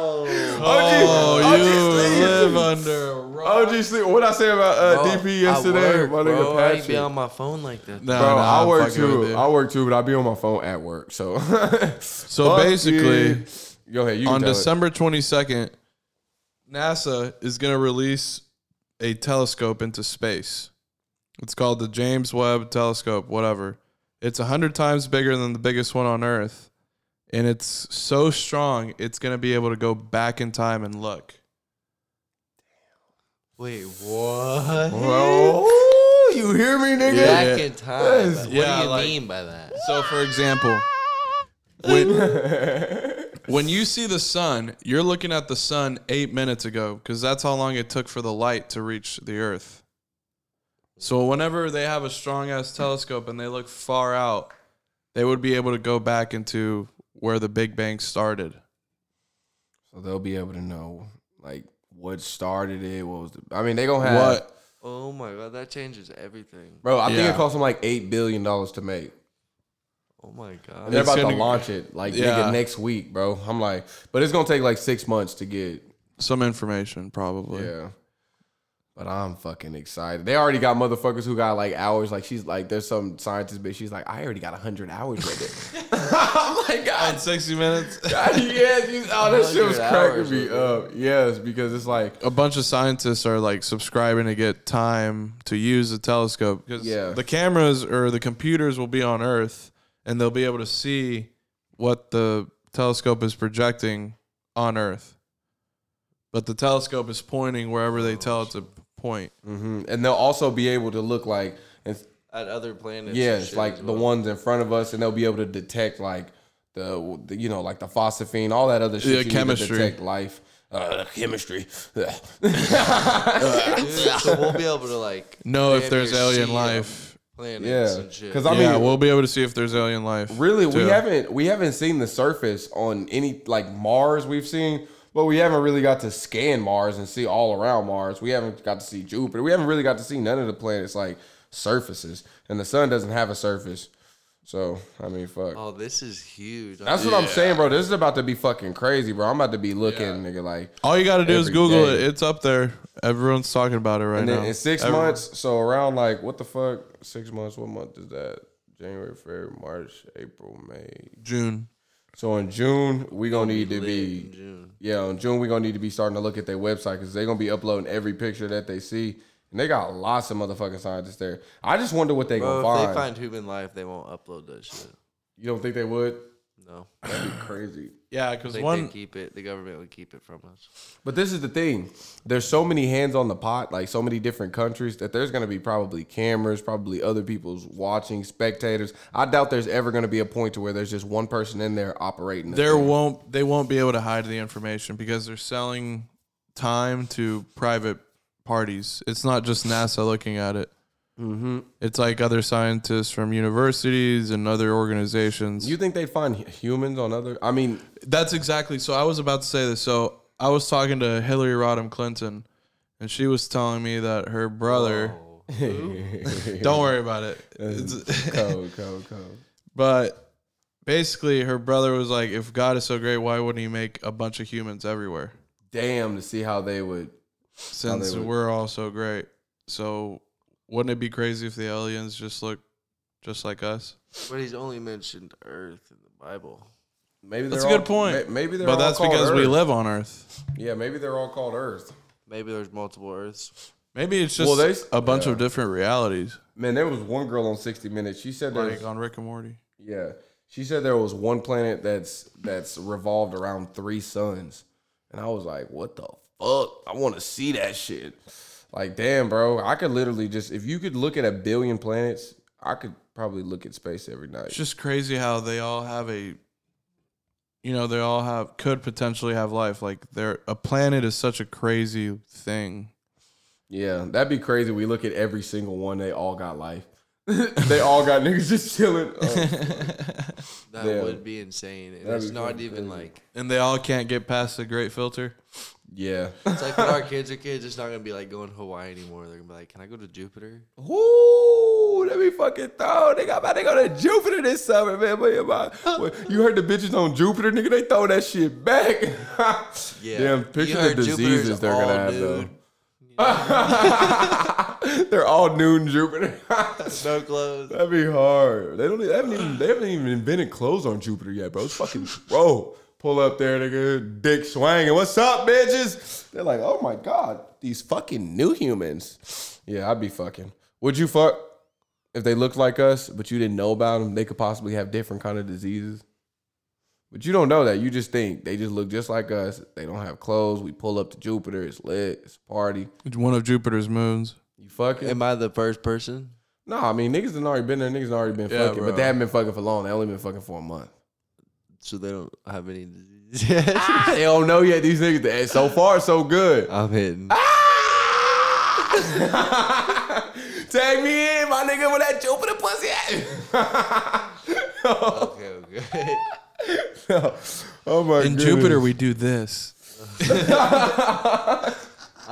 [SPEAKER 2] Oh,
[SPEAKER 1] OG,
[SPEAKER 2] you
[SPEAKER 1] sleep.
[SPEAKER 2] live under a rock.
[SPEAKER 1] OG sleep. What I say about uh, DP yesterday?
[SPEAKER 3] I work,
[SPEAKER 1] my nigga
[SPEAKER 3] bro. I ain't
[SPEAKER 1] Patrick.
[SPEAKER 3] be on my phone like that.
[SPEAKER 2] Nah,
[SPEAKER 1] bro,
[SPEAKER 2] nah,
[SPEAKER 1] I
[SPEAKER 2] I'm
[SPEAKER 1] work
[SPEAKER 2] fucking with
[SPEAKER 1] too.
[SPEAKER 2] you.
[SPEAKER 1] I work too, but I be on my phone at work. So, so
[SPEAKER 2] basically,
[SPEAKER 1] go ahead. You can
[SPEAKER 2] on
[SPEAKER 1] tell it.
[SPEAKER 2] December 22nd, NASA is going to release a telescope into space. It's called the James Webb Telescope, whatever. It's 100 times bigger than the biggest one on Earth. And it's so strong, it's going to be able to go back in time and look.
[SPEAKER 3] Wait, what?
[SPEAKER 1] Bro, you hear me, nigga?
[SPEAKER 2] Yeah.
[SPEAKER 3] Back in time.
[SPEAKER 1] Yes.
[SPEAKER 3] What
[SPEAKER 2] Yeah,
[SPEAKER 3] do you
[SPEAKER 2] like-
[SPEAKER 3] mean by that?
[SPEAKER 2] So, for example, when, when you see the sun, you're looking at the sun eight minutes ago because that's how long it took for the light to reach the earth. So, whenever they have a strong ass telescope and they look far out, they would be able to go back into where the Big Bang started.
[SPEAKER 1] So they'll be able to know like what started it. What was the? I mean, they gonna have
[SPEAKER 2] What?
[SPEAKER 3] Oh my god, that changes everything.
[SPEAKER 1] bro? I think
[SPEAKER 2] Yeah.
[SPEAKER 1] it cost them like eight billion dollars to make.
[SPEAKER 3] Oh my god.
[SPEAKER 1] And they're
[SPEAKER 2] It's
[SPEAKER 1] about to
[SPEAKER 2] gonna-
[SPEAKER 1] launch it like
[SPEAKER 2] Yeah.
[SPEAKER 1] nigga next week, bro. I'm like, but it's gonna take like six months to get
[SPEAKER 2] Some information, probably.
[SPEAKER 1] Yeah. But I'm fucking excited. They already got motherfuckers who got like hours. Like she's like, there's some scientist, bitch. she's like, I already got hundred hours with it. I'm like,
[SPEAKER 2] On
[SPEAKER 1] God,
[SPEAKER 2] 60 minutes,
[SPEAKER 1] yes, you, oh, that shit was
[SPEAKER 3] 100
[SPEAKER 1] cracking
[SPEAKER 3] hours
[SPEAKER 1] me
[SPEAKER 3] with it.
[SPEAKER 1] up. Yes, because it's like,
[SPEAKER 2] a bunch of scientists are like subscribing to get time to use the telescope because
[SPEAKER 1] Yeah.
[SPEAKER 2] the cameras or the computers will be on Earth and they'll be able to see what the telescope is projecting on Earth. But the telescope is pointing wherever they tell it to point.
[SPEAKER 1] mhm. and they'll also be able to look like, and
[SPEAKER 3] At other planets.
[SPEAKER 1] yeah,
[SPEAKER 3] and
[SPEAKER 1] it's
[SPEAKER 3] shit
[SPEAKER 1] like
[SPEAKER 3] as
[SPEAKER 1] the
[SPEAKER 3] well.
[SPEAKER 1] ones in front of us, and they'll be able to detect like the, the you know, like the phosphine, all that other shit.
[SPEAKER 2] Yeah,
[SPEAKER 1] you need to
[SPEAKER 2] chemistry.
[SPEAKER 1] detect life, uh, chemistry.
[SPEAKER 3] Dude, so we'll be able to like
[SPEAKER 2] Know if
[SPEAKER 3] damn
[SPEAKER 2] there's
[SPEAKER 3] near
[SPEAKER 2] alien
[SPEAKER 3] see
[SPEAKER 2] life.
[SPEAKER 3] planets
[SPEAKER 1] yeah,
[SPEAKER 3] and shit.
[SPEAKER 1] because I mean,
[SPEAKER 2] yeah, we'll be able to see if there's alien life.
[SPEAKER 1] Really, we
[SPEAKER 2] too.
[SPEAKER 1] haven't we haven't seen the surface on any like Mars we've seen, but we haven't really got to scan Mars and see all around Mars. We haven't got to see Jupiter. We haven't really got to see none of the planets like surfaces, and the sun doesn't have a surface. So I mean, fuck.
[SPEAKER 3] oh, this is huge.
[SPEAKER 1] That's what I'm saying, bro. This is about to be fucking crazy, bro. I'm about to be looking, nigga, like.
[SPEAKER 2] All you got to do is
[SPEAKER 1] Every
[SPEAKER 2] Google
[SPEAKER 1] day.
[SPEAKER 2] it. It's up there. Everyone's talking about it right
[SPEAKER 1] And
[SPEAKER 2] now.
[SPEAKER 1] then in six
[SPEAKER 2] Everyone-
[SPEAKER 1] months, so around like what the fuck? Six months? What month is that? January, February, March, April, May.
[SPEAKER 2] June.
[SPEAKER 1] So in June, we gonna need to be
[SPEAKER 3] in June.
[SPEAKER 1] Yeah, in June we're gonna need to be starting to look at their website because they're gonna be uploading every picture that they see, and they got lots of motherfucking scientists there. I just wonder what they gonna
[SPEAKER 3] Bro, if
[SPEAKER 1] find.
[SPEAKER 3] they find human life, they won't upload that shit.
[SPEAKER 1] You don't think they would?
[SPEAKER 3] No,
[SPEAKER 1] That'd be crazy.
[SPEAKER 2] Yeah, because
[SPEAKER 3] they,
[SPEAKER 2] one
[SPEAKER 3] they keep it. The government would keep it from us.
[SPEAKER 1] But this is the thing: there's so many hands on the pot, like so many different countries, that there's gonna be probably cameras, probably other people's watching, spectators. I doubt there's ever gonna be a point to where there's just one person in there operating. the
[SPEAKER 2] there
[SPEAKER 1] thing.
[SPEAKER 2] won't they won't be able to hide the information because they're selling time to private parties. It's not just NASA looking at it. Mm-hmm. It's like other scientists from universities and other organizations.
[SPEAKER 1] You think they'd find hu- humans on other? I mean,
[SPEAKER 2] That's exactly. So I was about to say this. So I was talking to Hillary Rodham Clinton, and she was telling me that her brother. Don't worry about it. Oh. It's-
[SPEAKER 1] code, code, code.
[SPEAKER 2] But basically, her brother was like, "If God is so great, why wouldn't He make a bunch of humans everywhere?"
[SPEAKER 1] Damn, to see how they would
[SPEAKER 2] since
[SPEAKER 1] would-
[SPEAKER 2] we're all so great. So wouldn't it be crazy if the aliens just look just like us?
[SPEAKER 3] But he's only mentioned Earth in the Bible.
[SPEAKER 1] Maybe
[SPEAKER 2] That's
[SPEAKER 1] they're
[SPEAKER 2] a
[SPEAKER 1] all-
[SPEAKER 2] good point.
[SPEAKER 1] may- Maybe they're
[SPEAKER 2] but
[SPEAKER 1] all
[SPEAKER 2] that's
[SPEAKER 1] called
[SPEAKER 2] because we
[SPEAKER 1] Earth.
[SPEAKER 2] live on Earth.
[SPEAKER 1] Yeah, maybe they're all called Earth.
[SPEAKER 3] Maybe there's multiple Earths.
[SPEAKER 2] Maybe it's just
[SPEAKER 1] Well, they-
[SPEAKER 2] a bunch
[SPEAKER 1] yeah.
[SPEAKER 2] of different realities,
[SPEAKER 1] Man, there was one girl on 60 Minutes. She said there's
[SPEAKER 2] like on Rick and Morty.
[SPEAKER 1] yeah, she said there was one planet that's that's revolved around three suns, and I was like, what the fuck? I want to see that shit. Like, damn, bro, I could literally just if you could look at a billion planets, I could probably look at space every night.
[SPEAKER 2] It's just crazy how they all have a you know, they all have could potentially have life. Like they're a planet is such a crazy thing.
[SPEAKER 1] Yeah, that'd be crazy. We look at every single one. They all got life. they all got niggas just chilling. Oh,
[SPEAKER 3] That
[SPEAKER 1] Yeah.
[SPEAKER 3] would be insane. And
[SPEAKER 1] That'd
[SPEAKER 3] it's
[SPEAKER 1] be
[SPEAKER 3] not
[SPEAKER 1] fucking
[SPEAKER 3] even
[SPEAKER 1] crazy.
[SPEAKER 3] like
[SPEAKER 2] And they all can't get past the great filter.
[SPEAKER 1] yeah.
[SPEAKER 3] it's like when our kids are kids, it's not gonna be like going to Hawaii anymore. They're gonna be like, Can I go to Jupiter?
[SPEAKER 1] Ooh, let me fucking throw. Nigga, I'm about to go to Jupiter this summer, man. What you about? What, you heard the bitches on Jupiter, nigga? They throw that shit back.
[SPEAKER 3] Yeah.
[SPEAKER 1] Damn,
[SPEAKER 3] You
[SPEAKER 1] picture the
[SPEAKER 3] heard Jupiter's
[SPEAKER 1] diseases they're
[SPEAKER 3] all
[SPEAKER 1] gonna have
[SPEAKER 3] nude.
[SPEAKER 1] though. They're all noon Jupiter.
[SPEAKER 3] No clothes.
[SPEAKER 1] That'd be hard. They don't. e, They haven't even. They haven't even invented clothes on Jupiter yet, bro. It's fucking bro. Pull up there, nigga. Dick swinging. What's up, bitches? They're like, oh my god, these fucking new humans. Yeah, I'd be fucking. Would you fuck if they looked like us, but you didn't know about them? They could possibly have different kind of diseases. But you don't know that. You just think they just look just like us. They don't have clothes. We pull up to Jupiter. It's lit. It's a party.
[SPEAKER 2] It's one of Jupiter's moons.
[SPEAKER 1] You fucking.
[SPEAKER 3] Am I the first person?
[SPEAKER 1] No, I mean niggas done already been there. Niggas done already been
[SPEAKER 2] Yeah,
[SPEAKER 1] fucking,
[SPEAKER 2] bro.
[SPEAKER 1] but they haven't been fucking for long. They only been fucking for a month.
[SPEAKER 3] So they don't have any disease.
[SPEAKER 1] they don't know yet. These niggas. They- So far, so good.
[SPEAKER 3] I'm hitting.
[SPEAKER 1] Ah. Tag me in, my nigga, with that Jupiter pussy. at?
[SPEAKER 3] Okay, okay.
[SPEAKER 1] oh my.
[SPEAKER 2] In
[SPEAKER 1] goodness.
[SPEAKER 2] Jupiter, we do this.
[SPEAKER 3] I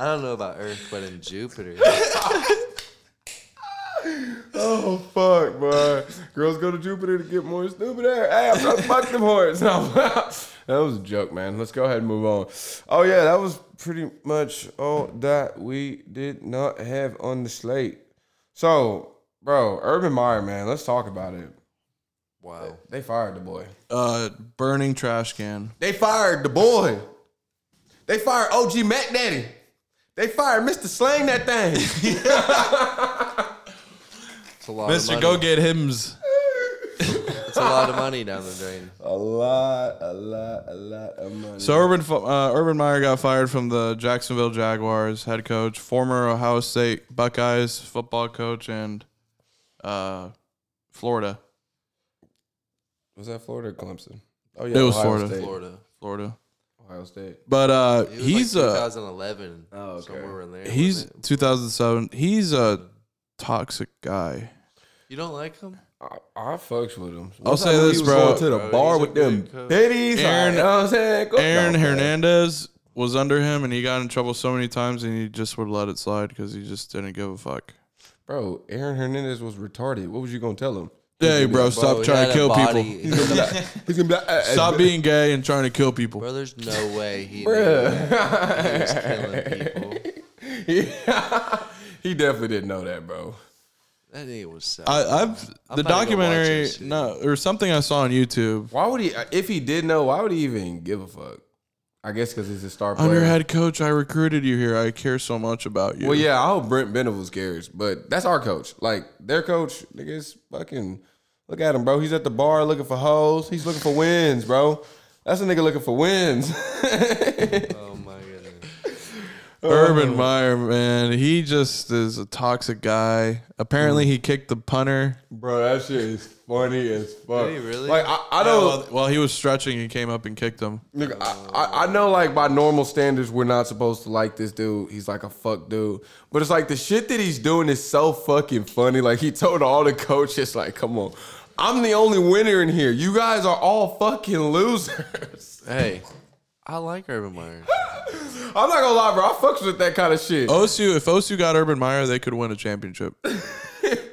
[SPEAKER 3] don't know about Earth, but in Jupiter.
[SPEAKER 1] Oh fuck, boy. Girls go to Jupiter to get more stupider. Hey, I'm not fuck them horns. No, that was a joke, man. Let's go ahead and move on. Oh yeah, that was pretty much all that we did not have on the slate. So, bro, Urban Meyer, man, let's talk about it.
[SPEAKER 3] Wow.
[SPEAKER 1] They fired the boy.
[SPEAKER 2] Uh, burning trash can.
[SPEAKER 1] They fired the boy. They fired OG Mac Daddy. They fired Mr. Slang that thing.
[SPEAKER 3] It's a lot of
[SPEAKER 2] Mister,
[SPEAKER 3] money.
[SPEAKER 2] go get hims.
[SPEAKER 3] It's a lot of money down the drain.
[SPEAKER 1] a lot, a lot, a lot of money.
[SPEAKER 2] So Urban Fo- uh, Urban Meyer got fired from the Jacksonville Jaguars head coach, former Ohio State Buckeyes football coach, and uh, Florida,
[SPEAKER 1] was that Florida or Clemson? Oh
[SPEAKER 2] It was Florida.
[SPEAKER 1] State.
[SPEAKER 3] Florida.
[SPEAKER 2] Florida.
[SPEAKER 1] Ohio State.
[SPEAKER 2] But uh,
[SPEAKER 3] It was
[SPEAKER 2] he's
[SPEAKER 3] like
[SPEAKER 2] a
[SPEAKER 3] 2011. Oh,
[SPEAKER 1] okay.
[SPEAKER 3] Somewhere in there.
[SPEAKER 2] he's
[SPEAKER 3] wasn't it?
[SPEAKER 2] 2007. He's a toxic guy.
[SPEAKER 3] You don't like him?
[SPEAKER 1] I, I fucks with him.
[SPEAKER 2] I'll say this, bro.
[SPEAKER 1] to the
[SPEAKER 3] Bro,
[SPEAKER 1] bar
[SPEAKER 3] he's a
[SPEAKER 1] with them
[SPEAKER 3] good coach.
[SPEAKER 1] bitties.
[SPEAKER 2] Aaron-
[SPEAKER 1] Aaron, know what I'm saying? Go-
[SPEAKER 2] Aaron
[SPEAKER 1] No, man.
[SPEAKER 2] Hernandez was under him, and he got in trouble so many times, and he just would let it slide because he just didn't give a fuck.
[SPEAKER 1] Bro, Aaron Hernandez was retarded. What was you going to tell him?
[SPEAKER 2] Hey, bro, stop
[SPEAKER 3] he
[SPEAKER 2] trying to
[SPEAKER 3] had a
[SPEAKER 2] kill
[SPEAKER 3] body.
[SPEAKER 2] people.
[SPEAKER 3] He had a-
[SPEAKER 1] He's going to be like, uh,
[SPEAKER 2] Stop being gay and trying to kill people.
[SPEAKER 3] Bro, there's no way he, knew that he was killing people.
[SPEAKER 1] he definitely didn't know that, bro.
[SPEAKER 3] That nigga was sad.
[SPEAKER 2] I, I've
[SPEAKER 3] I'm
[SPEAKER 2] the
[SPEAKER 3] not gonna go watch
[SPEAKER 2] documentary
[SPEAKER 3] this shit.
[SPEAKER 2] no or something I saw on YouTube.
[SPEAKER 1] Why would he, if he did know, why would he even give a fuck? I guess because he's a star player.
[SPEAKER 2] I'm your head coach. I recruited you here. I care so much about you.
[SPEAKER 1] Well, yeah, I hope Brent Venables cares, but that's our coach. Like their coach, niggas, fucking look at him, bro. He's at the bar looking for hoes. He's looking for wins, bro. That's a nigga looking for wins.
[SPEAKER 3] oh my goodness. Oh.
[SPEAKER 2] Urban Meyer, man, he just is a toxic guy.
[SPEAKER 3] Mm.
[SPEAKER 2] Apparently, he kicked the punter.
[SPEAKER 1] bro, that shit is funny as fuck.
[SPEAKER 3] Did he really? Oh,
[SPEAKER 1] Like I, I
[SPEAKER 2] While,
[SPEAKER 1] don't.
[SPEAKER 2] while he was stretching, he came up and kicked him.
[SPEAKER 3] Mm.
[SPEAKER 1] Nigga, I, I, I know like by normal standards we're not supposed to like this dude. He's like a fuck dude. But it's like the shit that he's doing is so fucking funny. Like he told all the coaches, like, come on. I'm the only winner in here. You guys are all fucking losers.
[SPEAKER 3] Hey, I like Urban Meyer.
[SPEAKER 1] I'm not gonna lie, bro. I fucks with that kind of shit.
[SPEAKER 2] OSU, if OSU got Urban Meyer, they could win a championship.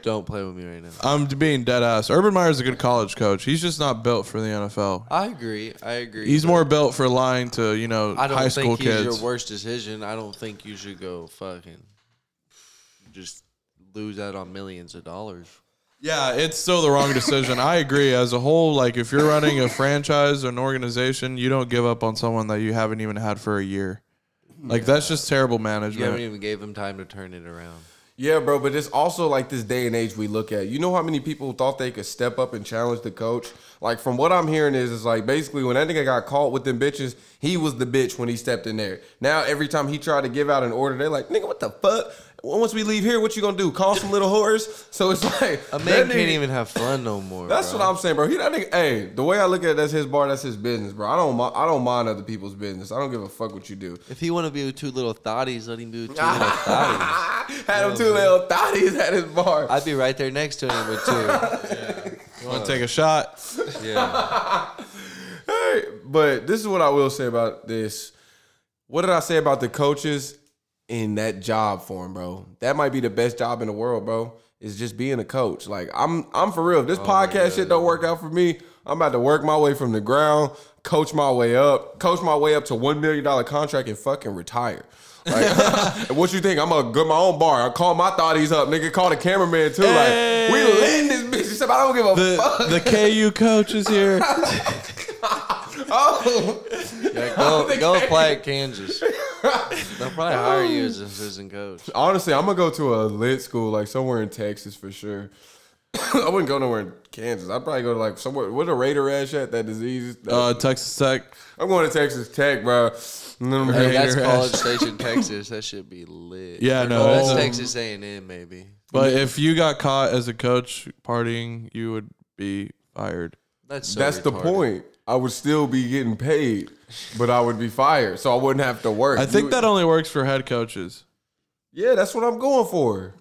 [SPEAKER 3] Don't play with me right now.
[SPEAKER 2] I'm being dead ass. Urban Meyer's a good college coach. He's just not built for the NFL.
[SPEAKER 3] I agree. I agree.
[SPEAKER 2] He's more built for lying to you know
[SPEAKER 3] I don't
[SPEAKER 2] high
[SPEAKER 3] think
[SPEAKER 2] school
[SPEAKER 3] he's
[SPEAKER 2] kids.
[SPEAKER 3] your worst decision. I don't think you should go fucking just lose out on millions of dollars.
[SPEAKER 2] Yeah, it's still the wrong decision. I agree. As a whole, like if you're running a franchise or an organization, you don't give up on someone that you haven't even had for a year. Like that's just terrible
[SPEAKER 3] You haven't
[SPEAKER 2] management.
[SPEAKER 3] even gave him time to turn it around.
[SPEAKER 1] Yeah, bro, but it's also like this day and age we look at. You know how many people thought they could step up and challenge the coach? Like from what I'm hearing is it's like basically when that nigga got caught with them bitches, he was the bitch when he stepped in there. Now every time he tried to give out an order, they're like, nigga, what the fuck? once we leave here, what you gonna do? Call some little whores? So it's like
[SPEAKER 3] A
[SPEAKER 1] that
[SPEAKER 3] man
[SPEAKER 1] nigga-
[SPEAKER 3] can't even have fun no more.
[SPEAKER 1] That's
[SPEAKER 3] bro.
[SPEAKER 1] what I'm saying, bro. He that nigga. Hey, the way I look at it, that's his bar. That's his business, bro. I don't. mi- I don't mind other people's business. I don't give a fuck what you do.
[SPEAKER 3] If he want to be with two little thotties, let him be with two little thotties.
[SPEAKER 1] had him two little thotties at his bar.
[SPEAKER 3] I'd be right there next to him with two.
[SPEAKER 2] You want to take a shot?
[SPEAKER 3] Yeah.
[SPEAKER 1] Hey, but this is what I will say about this. What did I say about the coaches in that job for him, bro? That might be the best job in the world, bro. Is just being a coach. Like I'm, I'm for real. If this podcast shit don't work out for me, I'm about to work my way from the ground, coach my way up, coach my way up to one million dollar contract and fucking retire. Like, what you think? I'm gonna go my own bar. I call my thotties up, nigga. Call the cameraman too. Like, we letting this bitch. Except I don't give a fuck.
[SPEAKER 2] The, the KU coach is here.
[SPEAKER 1] Oh.
[SPEAKER 3] Yeah, go go play at Kansas. They'll probably
[SPEAKER 2] Oh.
[SPEAKER 3] hire you as an assistant coach.
[SPEAKER 1] Honestly, I'm gonna go to a lit school, like somewhere in Texas for sure. I wouldn't go nowhere in Kansas. I'd probably go to like somewhere. Where the Raider Ash at? That disease.
[SPEAKER 2] Uh, Texas Tech.
[SPEAKER 1] I'm going to Texas Tech, bro.
[SPEAKER 3] Hey,
[SPEAKER 1] Hey,
[SPEAKER 3] that's
[SPEAKER 2] Hater
[SPEAKER 3] College
[SPEAKER 2] ass.
[SPEAKER 3] Station, Texas. That should be lit.
[SPEAKER 2] Yeah,
[SPEAKER 3] Or
[SPEAKER 2] no,
[SPEAKER 3] that's
[SPEAKER 2] that's-
[SPEAKER 3] Texas A and M maybe.
[SPEAKER 2] But if you got caught as a coach partying, you would be fired.
[SPEAKER 3] That's so
[SPEAKER 1] that's the
[SPEAKER 3] retarded.
[SPEAKER 1] point. I would still be getting paid, but I would be fired, so I wouldn't have to work.
[SPEAKER 2] I think
[SPEAKER 1] You-
[SPEAKER 2] that only works for head coaches.
[SPEAKER 1] Yeah, that's what I'm going for.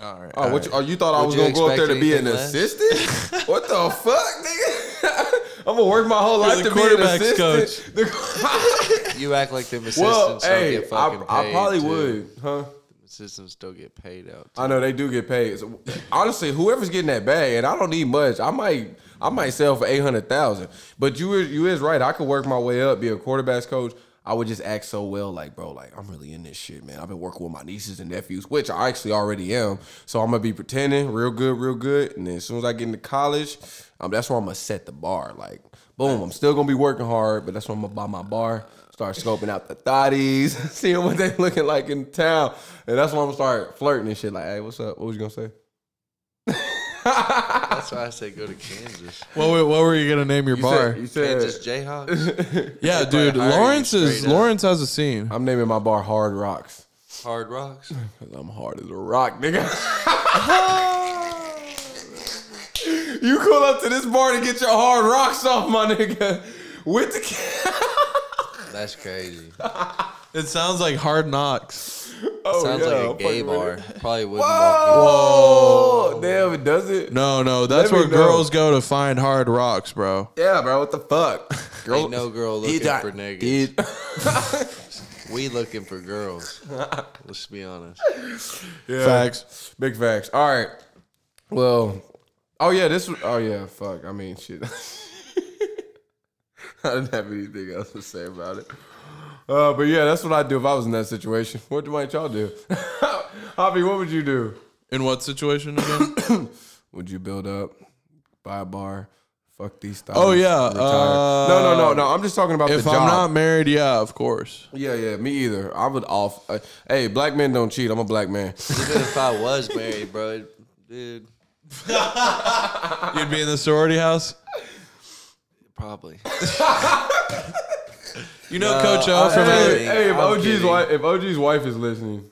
[SPEAKER 2] All right.
[SPEAKER 1] Oh, what you, oh, you thought I
[SPEAKER 3] Would
[SPEAKER 1] was
[SPEAKER 3] you
[SPEAKER 1] gonna go up there
[SPEAKER 3] expect
[SPEAKER 1] to be an
[SPEAKER 3] anything less?
[SPEAKER 1] assistant? what the fuck, nigga? I'm gonna work my whole life
[SPEAKER 2] the
[SPEAKER 1] to be an
[SPEAKER 2] quarterback's
[SPEAKER 1] assistant.
[SPEAKER 2] coach.
[SPEAKER 1] The-
[SPEAKER 3] You act like them assistants
[SPEAKER 1] Well,
[SPEAKER 3] don't
[SPEAKER 1] hey,
[SPEAKER 3] get
[SPEAKER 1] I,
[SPEAKER 3] fucking paid.
[SPEAKER 1] I probably
[SPEAKER 3] too.
[SPEAKER 1] would, huh?
[SPEAKER 3] Assistants don't get paid out.
[SPEAKER 1] I know they do get paid. So, honestly, whoever's getting that bag, and I don't need much. I might, I might sell for eight hundred thousand. But you, is- you is right. I could work my way up, be a quarterbacks coach. I would just act so well, like bro, like I'm really in this shit, man. I've been working with my nieces and nephews, which I actually already am. So I'm gonna be pretending real good, real good. And then as soon as I get into college, um, that's where I'm gonna set the bar. Like, boom, I'm still gonna be working hard, but that's when I'm gonna buy my bar. Start scoping out the thotties, seeing what they looking like in town, and that's when I'm gonna start flirting and shit. Like, hey, what's up? What was you gonna say?
[SPEAKER 3] That's why I say go to Kansas.
[SPEAKER 2] What, were- what were you gonna name your
[SPEAKER 1] You
[SPEAKER 2] bar?
[SPEAKER 1] said, you said-
[SPEAKER 3] Kansas Jayhawks,
[SPEAKER 2] yeah,
[SPEAKER 3] they probably
[SPEAKER 2] dude.
[SPEAKER 3] hire you
[SPEAKER 2] Lawrence is
[SPEAKER 3] straight up.
[SPEAKER 2] Lawrence has a scene.
[SPEAKER 1] I'm naming my bar Hard Rocks
[SPEAKER 3] Hard Rocks.
[SPEAKER 1] because I'm hard as a rock, nigga. you call up to this bar to get your hard rocks off, my nigga. With the
[SPEAKER 3] That's crazy.
[SPEAKER 2] It sounds like Hard Knocks.
[SPEAKER 1] oh,
[SPEAKER 3] Sounds
[SPEAKER 1] yeah,
[SPEAKER 3] like
[SPEAKER 1] I'm
[SPEAKER 3] a gay
[SPEAKER 1] fucking with
[SPEAKER 3] bar.
[SPEAKER 1] it.
[SPEAKER 3] Probably wouldn't walk
[SPEAKER 1] Oh, damn, it does it.
[SPEAKER 2] No, no, that's
[SPEAKER 1] Let me
[SPEAKER 2] where
[SPEAKER 1] know.
[SPEAKER 2] girls go to find hard rocks, bro.
[SPEAKER 1] Yeah, bro, what the fuck?
[SPEAKER 3] in. Ain't no girl
[SPEAKER 1] He
[SPEAKER 3] looking
[SPEAKER 1] got-
[SPEAKER 3] for niggas.
[SPEAKER 1] he-
[SPEAKER 3] We looking for girls. Let's be honest.
[SPEAKER 1] Yeah.
[SPEAKER 2] Facts.
[SPEAKER 1] Big facts. All right. Well, oh yeah, this. was- Oh yeah, fuck. I mean, shit. I didn't have anything else to say about it. Uh, but yeah, that's what I'd do if I was in that situation. What might y'all do? Hobby, what would you do?
[SPEAKER 2] In what situation again?
[SPEAKER 1] Would you build up, buy a bar, fuck these thoughts?
[SPEAKER 2] Oh, yeah, uh,
[SPEAKER 1] no, no, no, no. I'm just talking about
[SPEAKER 2] if
[SPEAKER 1] the
[SPEAKER 2] I'm
[SPEAKER 1] job.
[SPEAKER 2] not married, yeah, of course.
[SPEAKER 1] yeah, yeah, me either. I would off. Uh, hey, black men don't cheat. I'm a black man.
[SPEAKER 3] Even if I was married, bro, dude,
[SPEAKER 2] You'd be in the sorority house.
[SPEAKER 3] probably.
[SPEAKER 2] You know, Coach O
[SPEAKER 3] I-
[SPEAKER 2] from
[SPEAKER 3] I'm
[SPEAKER 1] hey,
[SPEAKER 2] hey,
[SPEAKER 3] kidding.
[SPEAKER 1] hey, if
[SPEAKER 3] I'm
[SPEAKER 1] OG's
[SPEAKER 3] kidding.
[SPEAKER 1] wife, if OG's wife is listening,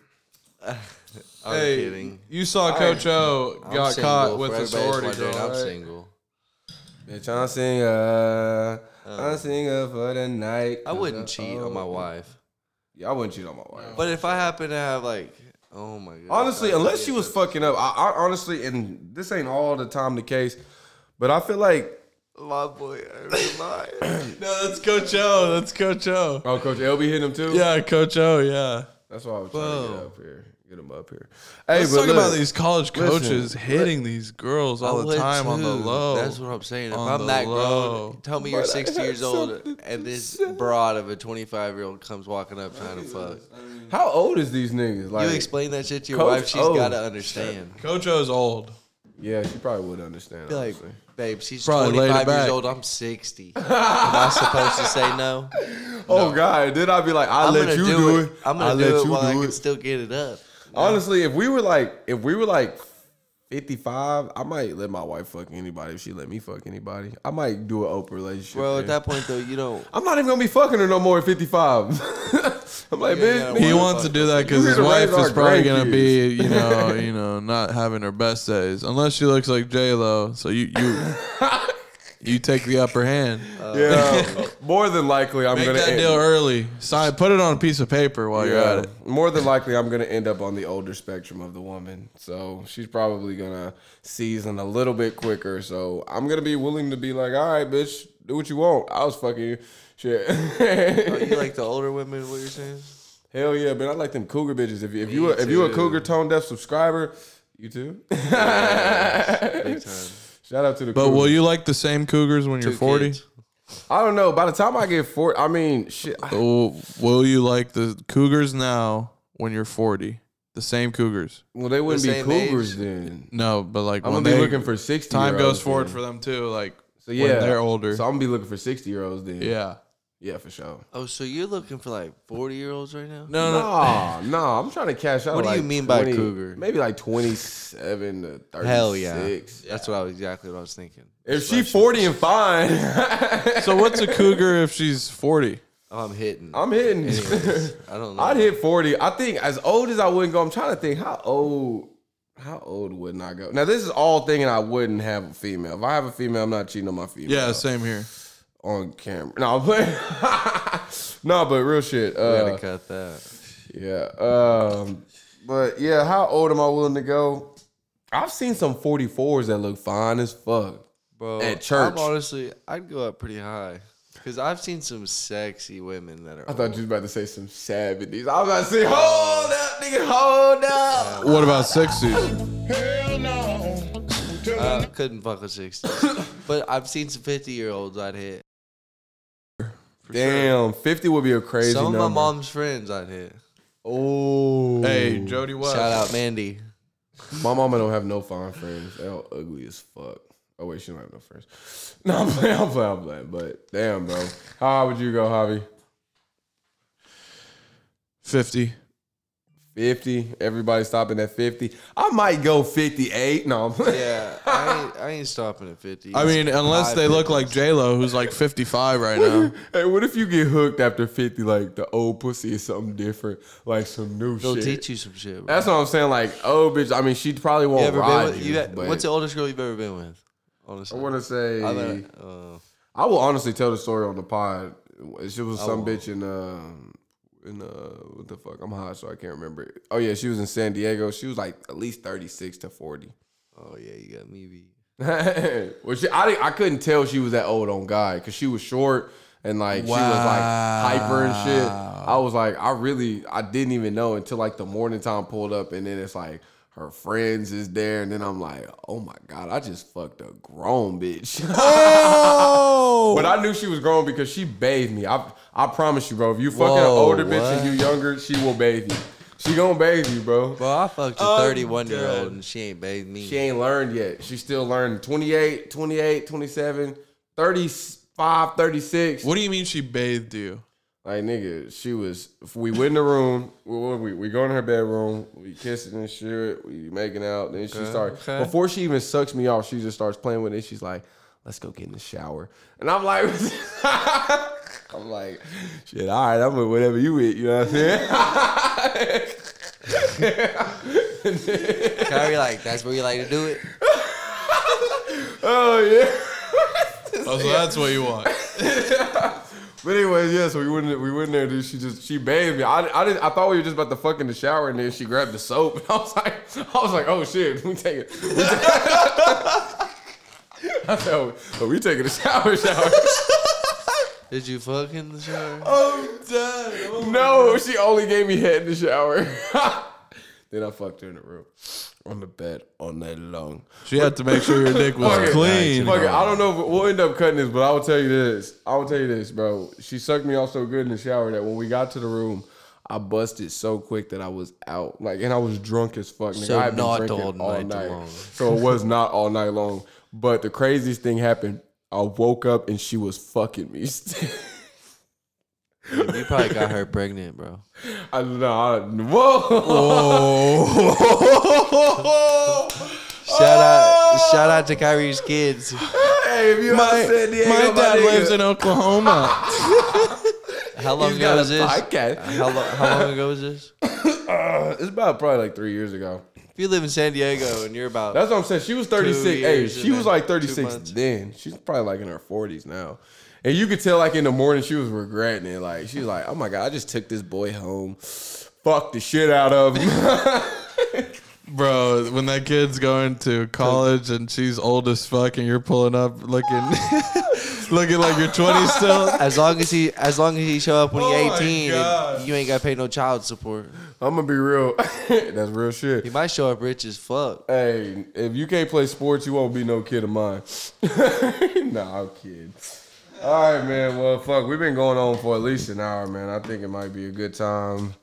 [SPEAKER 3] I'm kidding.
[SPEAKER 2] You saw Coach O
[SPEAKER 3] I'm
[SPEAKER 2] got
[SPEAKER 3] single
[SPEAKER 2] caught
[SPEAKER 3] for
[SPEAKER 2] with a
[SPEAKER 3] everybody's
[SPEAKER 2] sorority
[SPEAKER 3] wondering,
[SPEAKER 2] girl.
[SPEAKER 3] I'm
[SPEAKER 2] right?
[SPEAKER 3] single.
[SPEAKER 1] Bitch, I'm single. I'm single for the night.
[SPEAKER 3] Uh. I wouldn't cheat on my wife.
[SPEAKER 1] Yeah, I wouldn't cheat on my wife.
[SPEAKER 3] But if I happen to have like, oh my god.
[SPEAKER 1] Honestly, unless she was fucking up, I, I honestly, and this ain't all the time the case, but I feel like.
[SPEAKER 3] my boy, I rely.
[SPEAKER 2] No, that's Coach O. That's Coach O.
[SPEAKER 1] Oh, Coach LB hit him too.
[SPEAKER 2] Yeah, Coach O. Yeah.
[SPEAKER 1] that's why I was trying to get
[SPEAKER 2] Whoa.
[SPEAKER 1] up here, get him up here. Hey,
[SPEAKER 2] Let's
[SPEAKER 1] but
[SPEAKER 2] talk
[SPEAKER 1] look,
[SPEAKER 2] about these college
[SPEAKER 1] listen,
[SPEAKER 2] coaches hitting these girls all the
[SPEAKER 3] would
[SPEAKER 2] time on the
[SPEAKER 3] too.
[SPEAKER 2] low.
[SPEAKER 3] That's what I'm saying. If
[SPEAKER 2] On the
[SPEAKER 3] I'm that
[SPEAKER 2] low.
[SPEAKER 3] grown, tell me you're 60 years old and this broad of a 25 year old comes walking up trying to fuck.
[SPEAKER 1] How old is these niggas? Like,
[SPEAKER 3] You explain that shit to your
[SPEAKER 1] Coach oh,
[SPEAKER 3] wife, she's
[SPEAKER 1] O.
[SPEAKER 3] got to understand.
[SPEAKER 2] Coach O's old.
[SPEAKER 1] yeah, she probably would understand.
[SPEAKER 3] Be like,
[SPEAKER 1] honestly.
[SPEAKER 3] babe, she's
[SPEAKER 2] Probably laid it
[SPEAKER 3] 25 years
[SPEAKER 2] back.
[SPEAKER 3] old. I'm 60. Am I supposed to say no?
[SPEAKER 1] oh God, then I'd be like, I
[SPEAKER 3] I'm
[SPEAKER 1] let
[SPEAKER 3] gonna
[SPEAKER 1] you
[SPEAKER 3] do,
[SPEAKER 1] do
[SPEAKER 3] it.
[SPEAKER 1] it.
[SPEAKER 3] I'm gonna
[SPEAKER 1] I
[SPEAKER 3] do
[SPEAKER 1] let
[SPEAKER 3] it
[SPEAKER 1] you
[SPEAKER 3] while I
[SPEAKER 1] do
[SPEAKER 3] can
[SPEAKER 1] it.
[SPEAKER 3] still get it up.
[SPEAKER 1] Honestly, if we were like, if we were like 55, I might let my wife fuck anybody if she let me fuck anybody. I might do an open relationship.
[SPEAKER 3] Bro, at
[SPEAKER 1] there.
[SPEAKER 3] that point though, you don't.
[SPEAKER 1] I'm not even gonna be fucking her no more at 55. I'm like,
[SPEAKER 3] Yeah,
[SPEAKER 1] bitch,
[SPEAKER 3] yeah,
[SPEAKER 1] nigga,
[SPEAKER 2] He
[SPEAKER 3] Wanna
[SPEAKER 2] wants to
[SPEAKER 3] fuck
[SPEAKER 2] do that because
[SPEAKER 1] You
[SPEAKER 2] his
[SPEAKER 1] gotta
[SPEAKER 2] wife
[SPEAKER 1] raise
[SPEAKER 2] is
[SPEAKER 1] our
[SPEAKER 2] probably gonna
[SPEAKER 1] grandkids.
[SPEAKER 2] be, you know, you know, not having her best days unless she looks like J Lo. So you you you take the upper hand.
[SPEAKER 1] Uh, yeah. more than likely, I'm
[SPEAKER 2] Make
[SPEAKER 1] gonna
[SPEAKER 2] that
[SPEAKER 1] end,
[SPEAKER 2] deal early. Sign. Put it on a piece of paper while you're
[SPEAKER 1] yeah,
[SPEAKER 2] at it.
[SPEAKER 1] More than likely, I'm gonna end up on the older spectrum of the woman, so she's probably gonna season a little bit quicker. So I'm gonna be willing to be like, all right, bitch, do what you want. I was fucking you, shit.
[SPEAKER 3] Are you like the older women? What you're saying?
[SPEAKER 1] Hell yeah, man! I like them cougar bitches. If you if you a, if you a
[SPEAKER 3] too.
[SPEAKER 1] cougar tone deaf subscriber, you too.
[SPEAKER 3] Big time.
[SPEAKER 1] Shout out to the.
[SPEAKER 2] But
[SPEAKER 1] cougars.
[SPEAKER 2] will you like the same cougars when you're
[SPEAKER 3] Two
[SPEAKER 2] 40?
[SPEAKER 3] kids.
[SPEAKER 1] I don't know. By the time I get four, I mean, shit. I-
[SPEAKER 2] Will, will you like the cougars now when you're 40? The same cougars?
[SPEAKER 1] Well, they wouldn't be
[SPEAKER 3] same
[SPEAKER 1] cougars
[SPEAKER 3] age.
[SPEAKER 1] then.
[SPEAKER 2] No, but like
[SPEAKER 1] I'm
[SPEAKER 2] when
[SPEAKER 1] gonna be
[SPEAKER 2] they-
[SPEAKER 1] looking for sixty.
[SPEAKER 2] time
[SPEAKER 1] year olds
[SPEAKER 2] goes forward
[SPEAKER 1] then.
[SPEAKER 2] for them too. Like
[SPEAKER 1] So yeah,
[SPEAKER 2] when they're older.
[SPEAKER 1] So I'm gonna be looking for sixty year olds then.
[SPEAKER 2] yeah.
[SPEAKER 1] yeah, for sure.
[SPEAKER 3] Oh, so you're looking for like 40 year olds right now?
[SPEAKER 2] No, no.
[SPEAKER 1] Nah, nah. I'm trying to cash out.
[SPEAKER 3] What do
[SPEAKER 1] like
[SPEAKER 3] you mean by
[SPEAKER 1] 20
[SPEAKER 3] cougar?
[SPEAKER 1] Maybe like twenty seven to thirty six.
[SPEAKER 3] Hell yeah. That's what I was exactly what I was thinking.
[SPEAKER 1] If she forty and fine,
[SPEAKER 2] So what's a cougar if she's 40?
[SPEAKER 3] Oh, I'm hitting.
[SPEAKER 1] I'm hitting.
[SPEAKER 3] Anyways, I don't know.
[SPEAKER 1] I'd hit 40. I think as old as I wouldn't go, I'm trying to think how old how old wouldn't I go? Now this is all thinking I wouldn't have a female. If I have a female, I'm not cheating on my female.
[SPEAKER 2] Yeah, same here.
[SPEAKER 1] on camera. No, I'm playing. no, but real shit.
[SPEAKER 3] We gotta
[SPEAKER 1] Uh,
[SPEAKER 3] cut that.
[SPEAKER 1] yeah. Um, but yeah, how old am I willing to go? I've seen some 44s that look fine as fuck.
[SPEAKER 3] Bro,
[SPEAKER 1] at church.
[SPEAKER 3] I'm honestly, I'd go up pretty high. Because I've seen some sexy women that are.
[SPEAKER 1] I thought you was about to say some 70s. I was about to say, hold up, nigga, hold up.
[SPEAKER 2] What about 60s?
[SPEAKER 3] I couldn't fuck a 60. but I've seen some 50 year olds I'd hit.
[SPEAKER 1] Damn, 50 would be a crazy
[SPEAKER 3] some of
[SPEAKER 1] number.
[SPEAKER 3] my mom's friends I'd hit.
[SPEAKER 1] Oh,
[SPEAKER 2] Hey, Jody West.
[SPEAKER 3] Shout out Mandy.
[SPEAKER 1] My mama don't have no fine friends. They all ugly as fuck. Oh wait, she don't have no friends. No, I'm playing. I'm playing. I'm playing. But damn, bro, how high would you go, Javi?
[SPEAKER 2] 50.
[SPEAKER 1] Fifty. Everybody stopping at fifty. I might go fifty-eight. No, I'm playing.
[SPEAKER 3] Yeah, I ain't, I ain't stopping at 50.
[SPEAKER 2] I mean, unless
[SPEAKER 3] High
[SPEAKER 2] they look
[SPEAKER 3] 50s.
[SPEAKER 2] like J Lo, who's like 55 right now.
[SPEAKER 1] Hey, what if you get hooked after fifty? Like the old pussy is something different, like some new
[SPEAKER 3] They'll
[SPEAKER 1] oh, shit.
[SPEAKER 3] teach you some shit. Bro.
[SPEAKER 1] That's what I'm saying. Like, oh, bitch. I mean, she probably
[SPEAKER 3] You
[SPEAKER 1] won't
[SPEAKER 3] ever been
[SPEAKER 1] ride
[SPEAKER 3] with,
[SPEAKER 1] you.
[SPEAKER 3] you got-
[SPEAKER 1] but
[SPEAKER 3] what's the oldest girl you've ever been with? Honestly,
[SPEAKER 1] I want to say.
[SPEAKER 3] I've been- uh,
[SPEAKER 1] I will honestly tell the story on the pod. She was some
[SPEAKER 3] won't.
[SPEAKER 1] bitch in uh in uh what the fuck? I'm hot, so I can't remember. it. Oh yeah, she was in San Diego. She was like at least thirty six to forty.
[SPEAKER 3] oh yeah, you got me beat.
[SPEAKER 1] well, she, I didn't- I couldn't tell she was that old on guy because she was short and like she was like hyper and shit. I was like, I really I didn't even know until like the morning time pulled up and then it's like her friends is there and then I'm like, oh my god, I just fucked a grown bitch. But
[SPEAKER 3] Oh.
[SPEAKER 1] I knew she was grown because she bathed me. I I promise you, bro. If you fucking an
[SPEAKER 3] Whoa,
[SPEAKER 1] older bitch and
[SPEAKER 3] what?
[SPEAKER 1] you younger, she will bathe you. She gonna bathe you, bro.
[SPEAKER 3] Bro, I fucked a 31 year old and she ain't bathed me.
[SPEAKER 1] Oh, She ain't learned yet. She still learning. 28, 28, 27, 35, 36.
[SPEAKER 2] What do you mean she bathed you?
[SPEAKER 1] Like nigga, she was. if we went in the room. We we, we go in her bedroom. We kissing and shit. We making out. Then she started
[SPEAKER 3] okay.
[SPEAKER 1] before she even sucks me off. She just starts playing with it. She's like, "Let's go get in the shower." And I'm like, I'm like, shit. All right, I'm with whatever you eat. You know what I'm saying?
[SPEAKER 3] Kyrie, like, that's where you like to do it?
[SPEAKER 1] oh yeah.
[SPEAKER 2] Oh, so that's what you want.
[SPEAKER 1] But anyways, yeah. So we went in- we went in there. Dude, she just she bathed me. I, I didn't. I thought we were just about to fuck in the shower, and then she grabbed the soap. And I was like, I was like, oh shit, we take it. We take I said, oh, oh, we taking a shower, shower.
[SPEAKER 3] Did you fuck in the shower?
[SPEAKER 1] Oh. no, she only gave me head in the shower. then I fucked her in the room, on the bed, all night long.
[SPEAKER 2] She had to make sure your dick
[SPEAKER 1] Fuck
[SPEAKER 2] was
[SPEAKER 1] it.
[SPEAKER 2] clean.
[SPEAKER 1] Fuck it. I don't know if we'll end up cutting this, but I will tell you this. I will tell you this, bro. She sucked me off so good in the shower that when we got to the room, I busted so quick that I was out. Like, and I was drunk as fuck. Nigga.
[SPEAKER 3] So
[SPEAKER 1] I had been
[SPEAKER 3] not
[SPEAKER 1] drinking
[SPEAKER 3] all night long.
[SPEAKER 1] So it was not all night long. But the craziest thing happened. I woke up and she was fucking me.
[SPEAKER 3] You probably got her pregnant, bro.
[SPEAKER 1] I don't know. I- Whoa.
[SPEAKER 2] Oh.
[SPEAKER 1] Oh,
[SPEAKER 3] She Shout out, shout out to Kyrie's kids.
[SPEAKER 1] Hey, if you
[SPEAKER 2] My,
[SPEAKER 1] out San Diego,
[SPEAKER 2] my dad
[SPEAKER 1] nigga,
[SPEAKER 2] lives in Oklahoma.
[SPEAKER 3] How long
[SPEAKER 1] He's
[SPEAKER 3] ago
[SPEAKER 1] got a
[SPEAKER 3] was this?
[SPEAKER 1] podcast.
[SPEAKER 3] How, lo- how long ago was this?
[SPEAKER 1] It's about probably like three years ago.
[SPEAKER 3] If you live in San Diego and you're about
[SPEAKER 1] That's what I'm saying. She was 36. Hey,
[SPEAKER 3] years
[SPEAKER 1] she
[SPEAKER 3] and
[SPEAKER 1] was
[SPEAKER 3] then
[SPEAKER 1] like
[SPEAKER 3] two
[SPEAKER 1] 36
[SPEAKER 3] months.
[SPEAKER 1] then. She's probably like in her 40s now. And you could tell like in the morning she was regretting it. Like she was like, oh my god, I just took this boy home. Fuck the shit out of him.
[SPEAKER 2] Bro, when that kid's going to college and she's old as fuck and you're pulling up looking looking like you're 20 still.
[SPEAKER 3] as long as he as long as he show up when
[SPEAKER 2] Oh
[SPEAKER 3] he's
[SPEAKER 2] my
[SPEAKER 3] 18,
[SPEAKER 2] God.
[SPEAKER 3] and you ain't got to pay no child support.
[SPEAKER 1] I'm gonna be real. That's real shit.
[SPEAKER 3] He might show up rich as fuck.
[SPEAKER 1] Hey, if you can't play sports, you won't be no kid of mine. nah, I'm kidding. All right, man. Well, fuck, we've been going on for at least an hour, man. I think it might be a good time.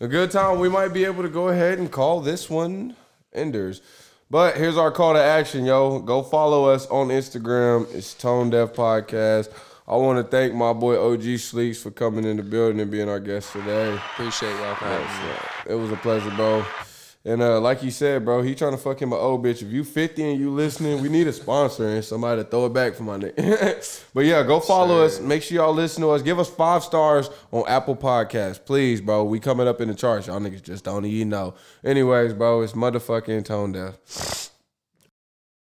[SPEAKER 1] A good time. We might be able to go ahead and call this one Enders. But here's our call to action, yo. Go follow us on Instagram. It's Tone Deaf Podcast. I want to thank my boy OG Sleeks for coming in the building and being our guest today.
[SPEAKER 3] Appreciate y'all for having me.
[SPEAKER 1] It was a pleasure, bro. And uh, like you said, bro, he trying to fuck him an old bitch. If you 50 and you listening, we need a sponsor and somebody to throw it back for my nigga. but yeah, go follow us. Make sure y'all listen to us. Give us five stars on Apple Podcasts. Please, bro. We coming up in the charts. Y'all niggas just don't even know. Anyways, bro, it's motherfucking tone deaf.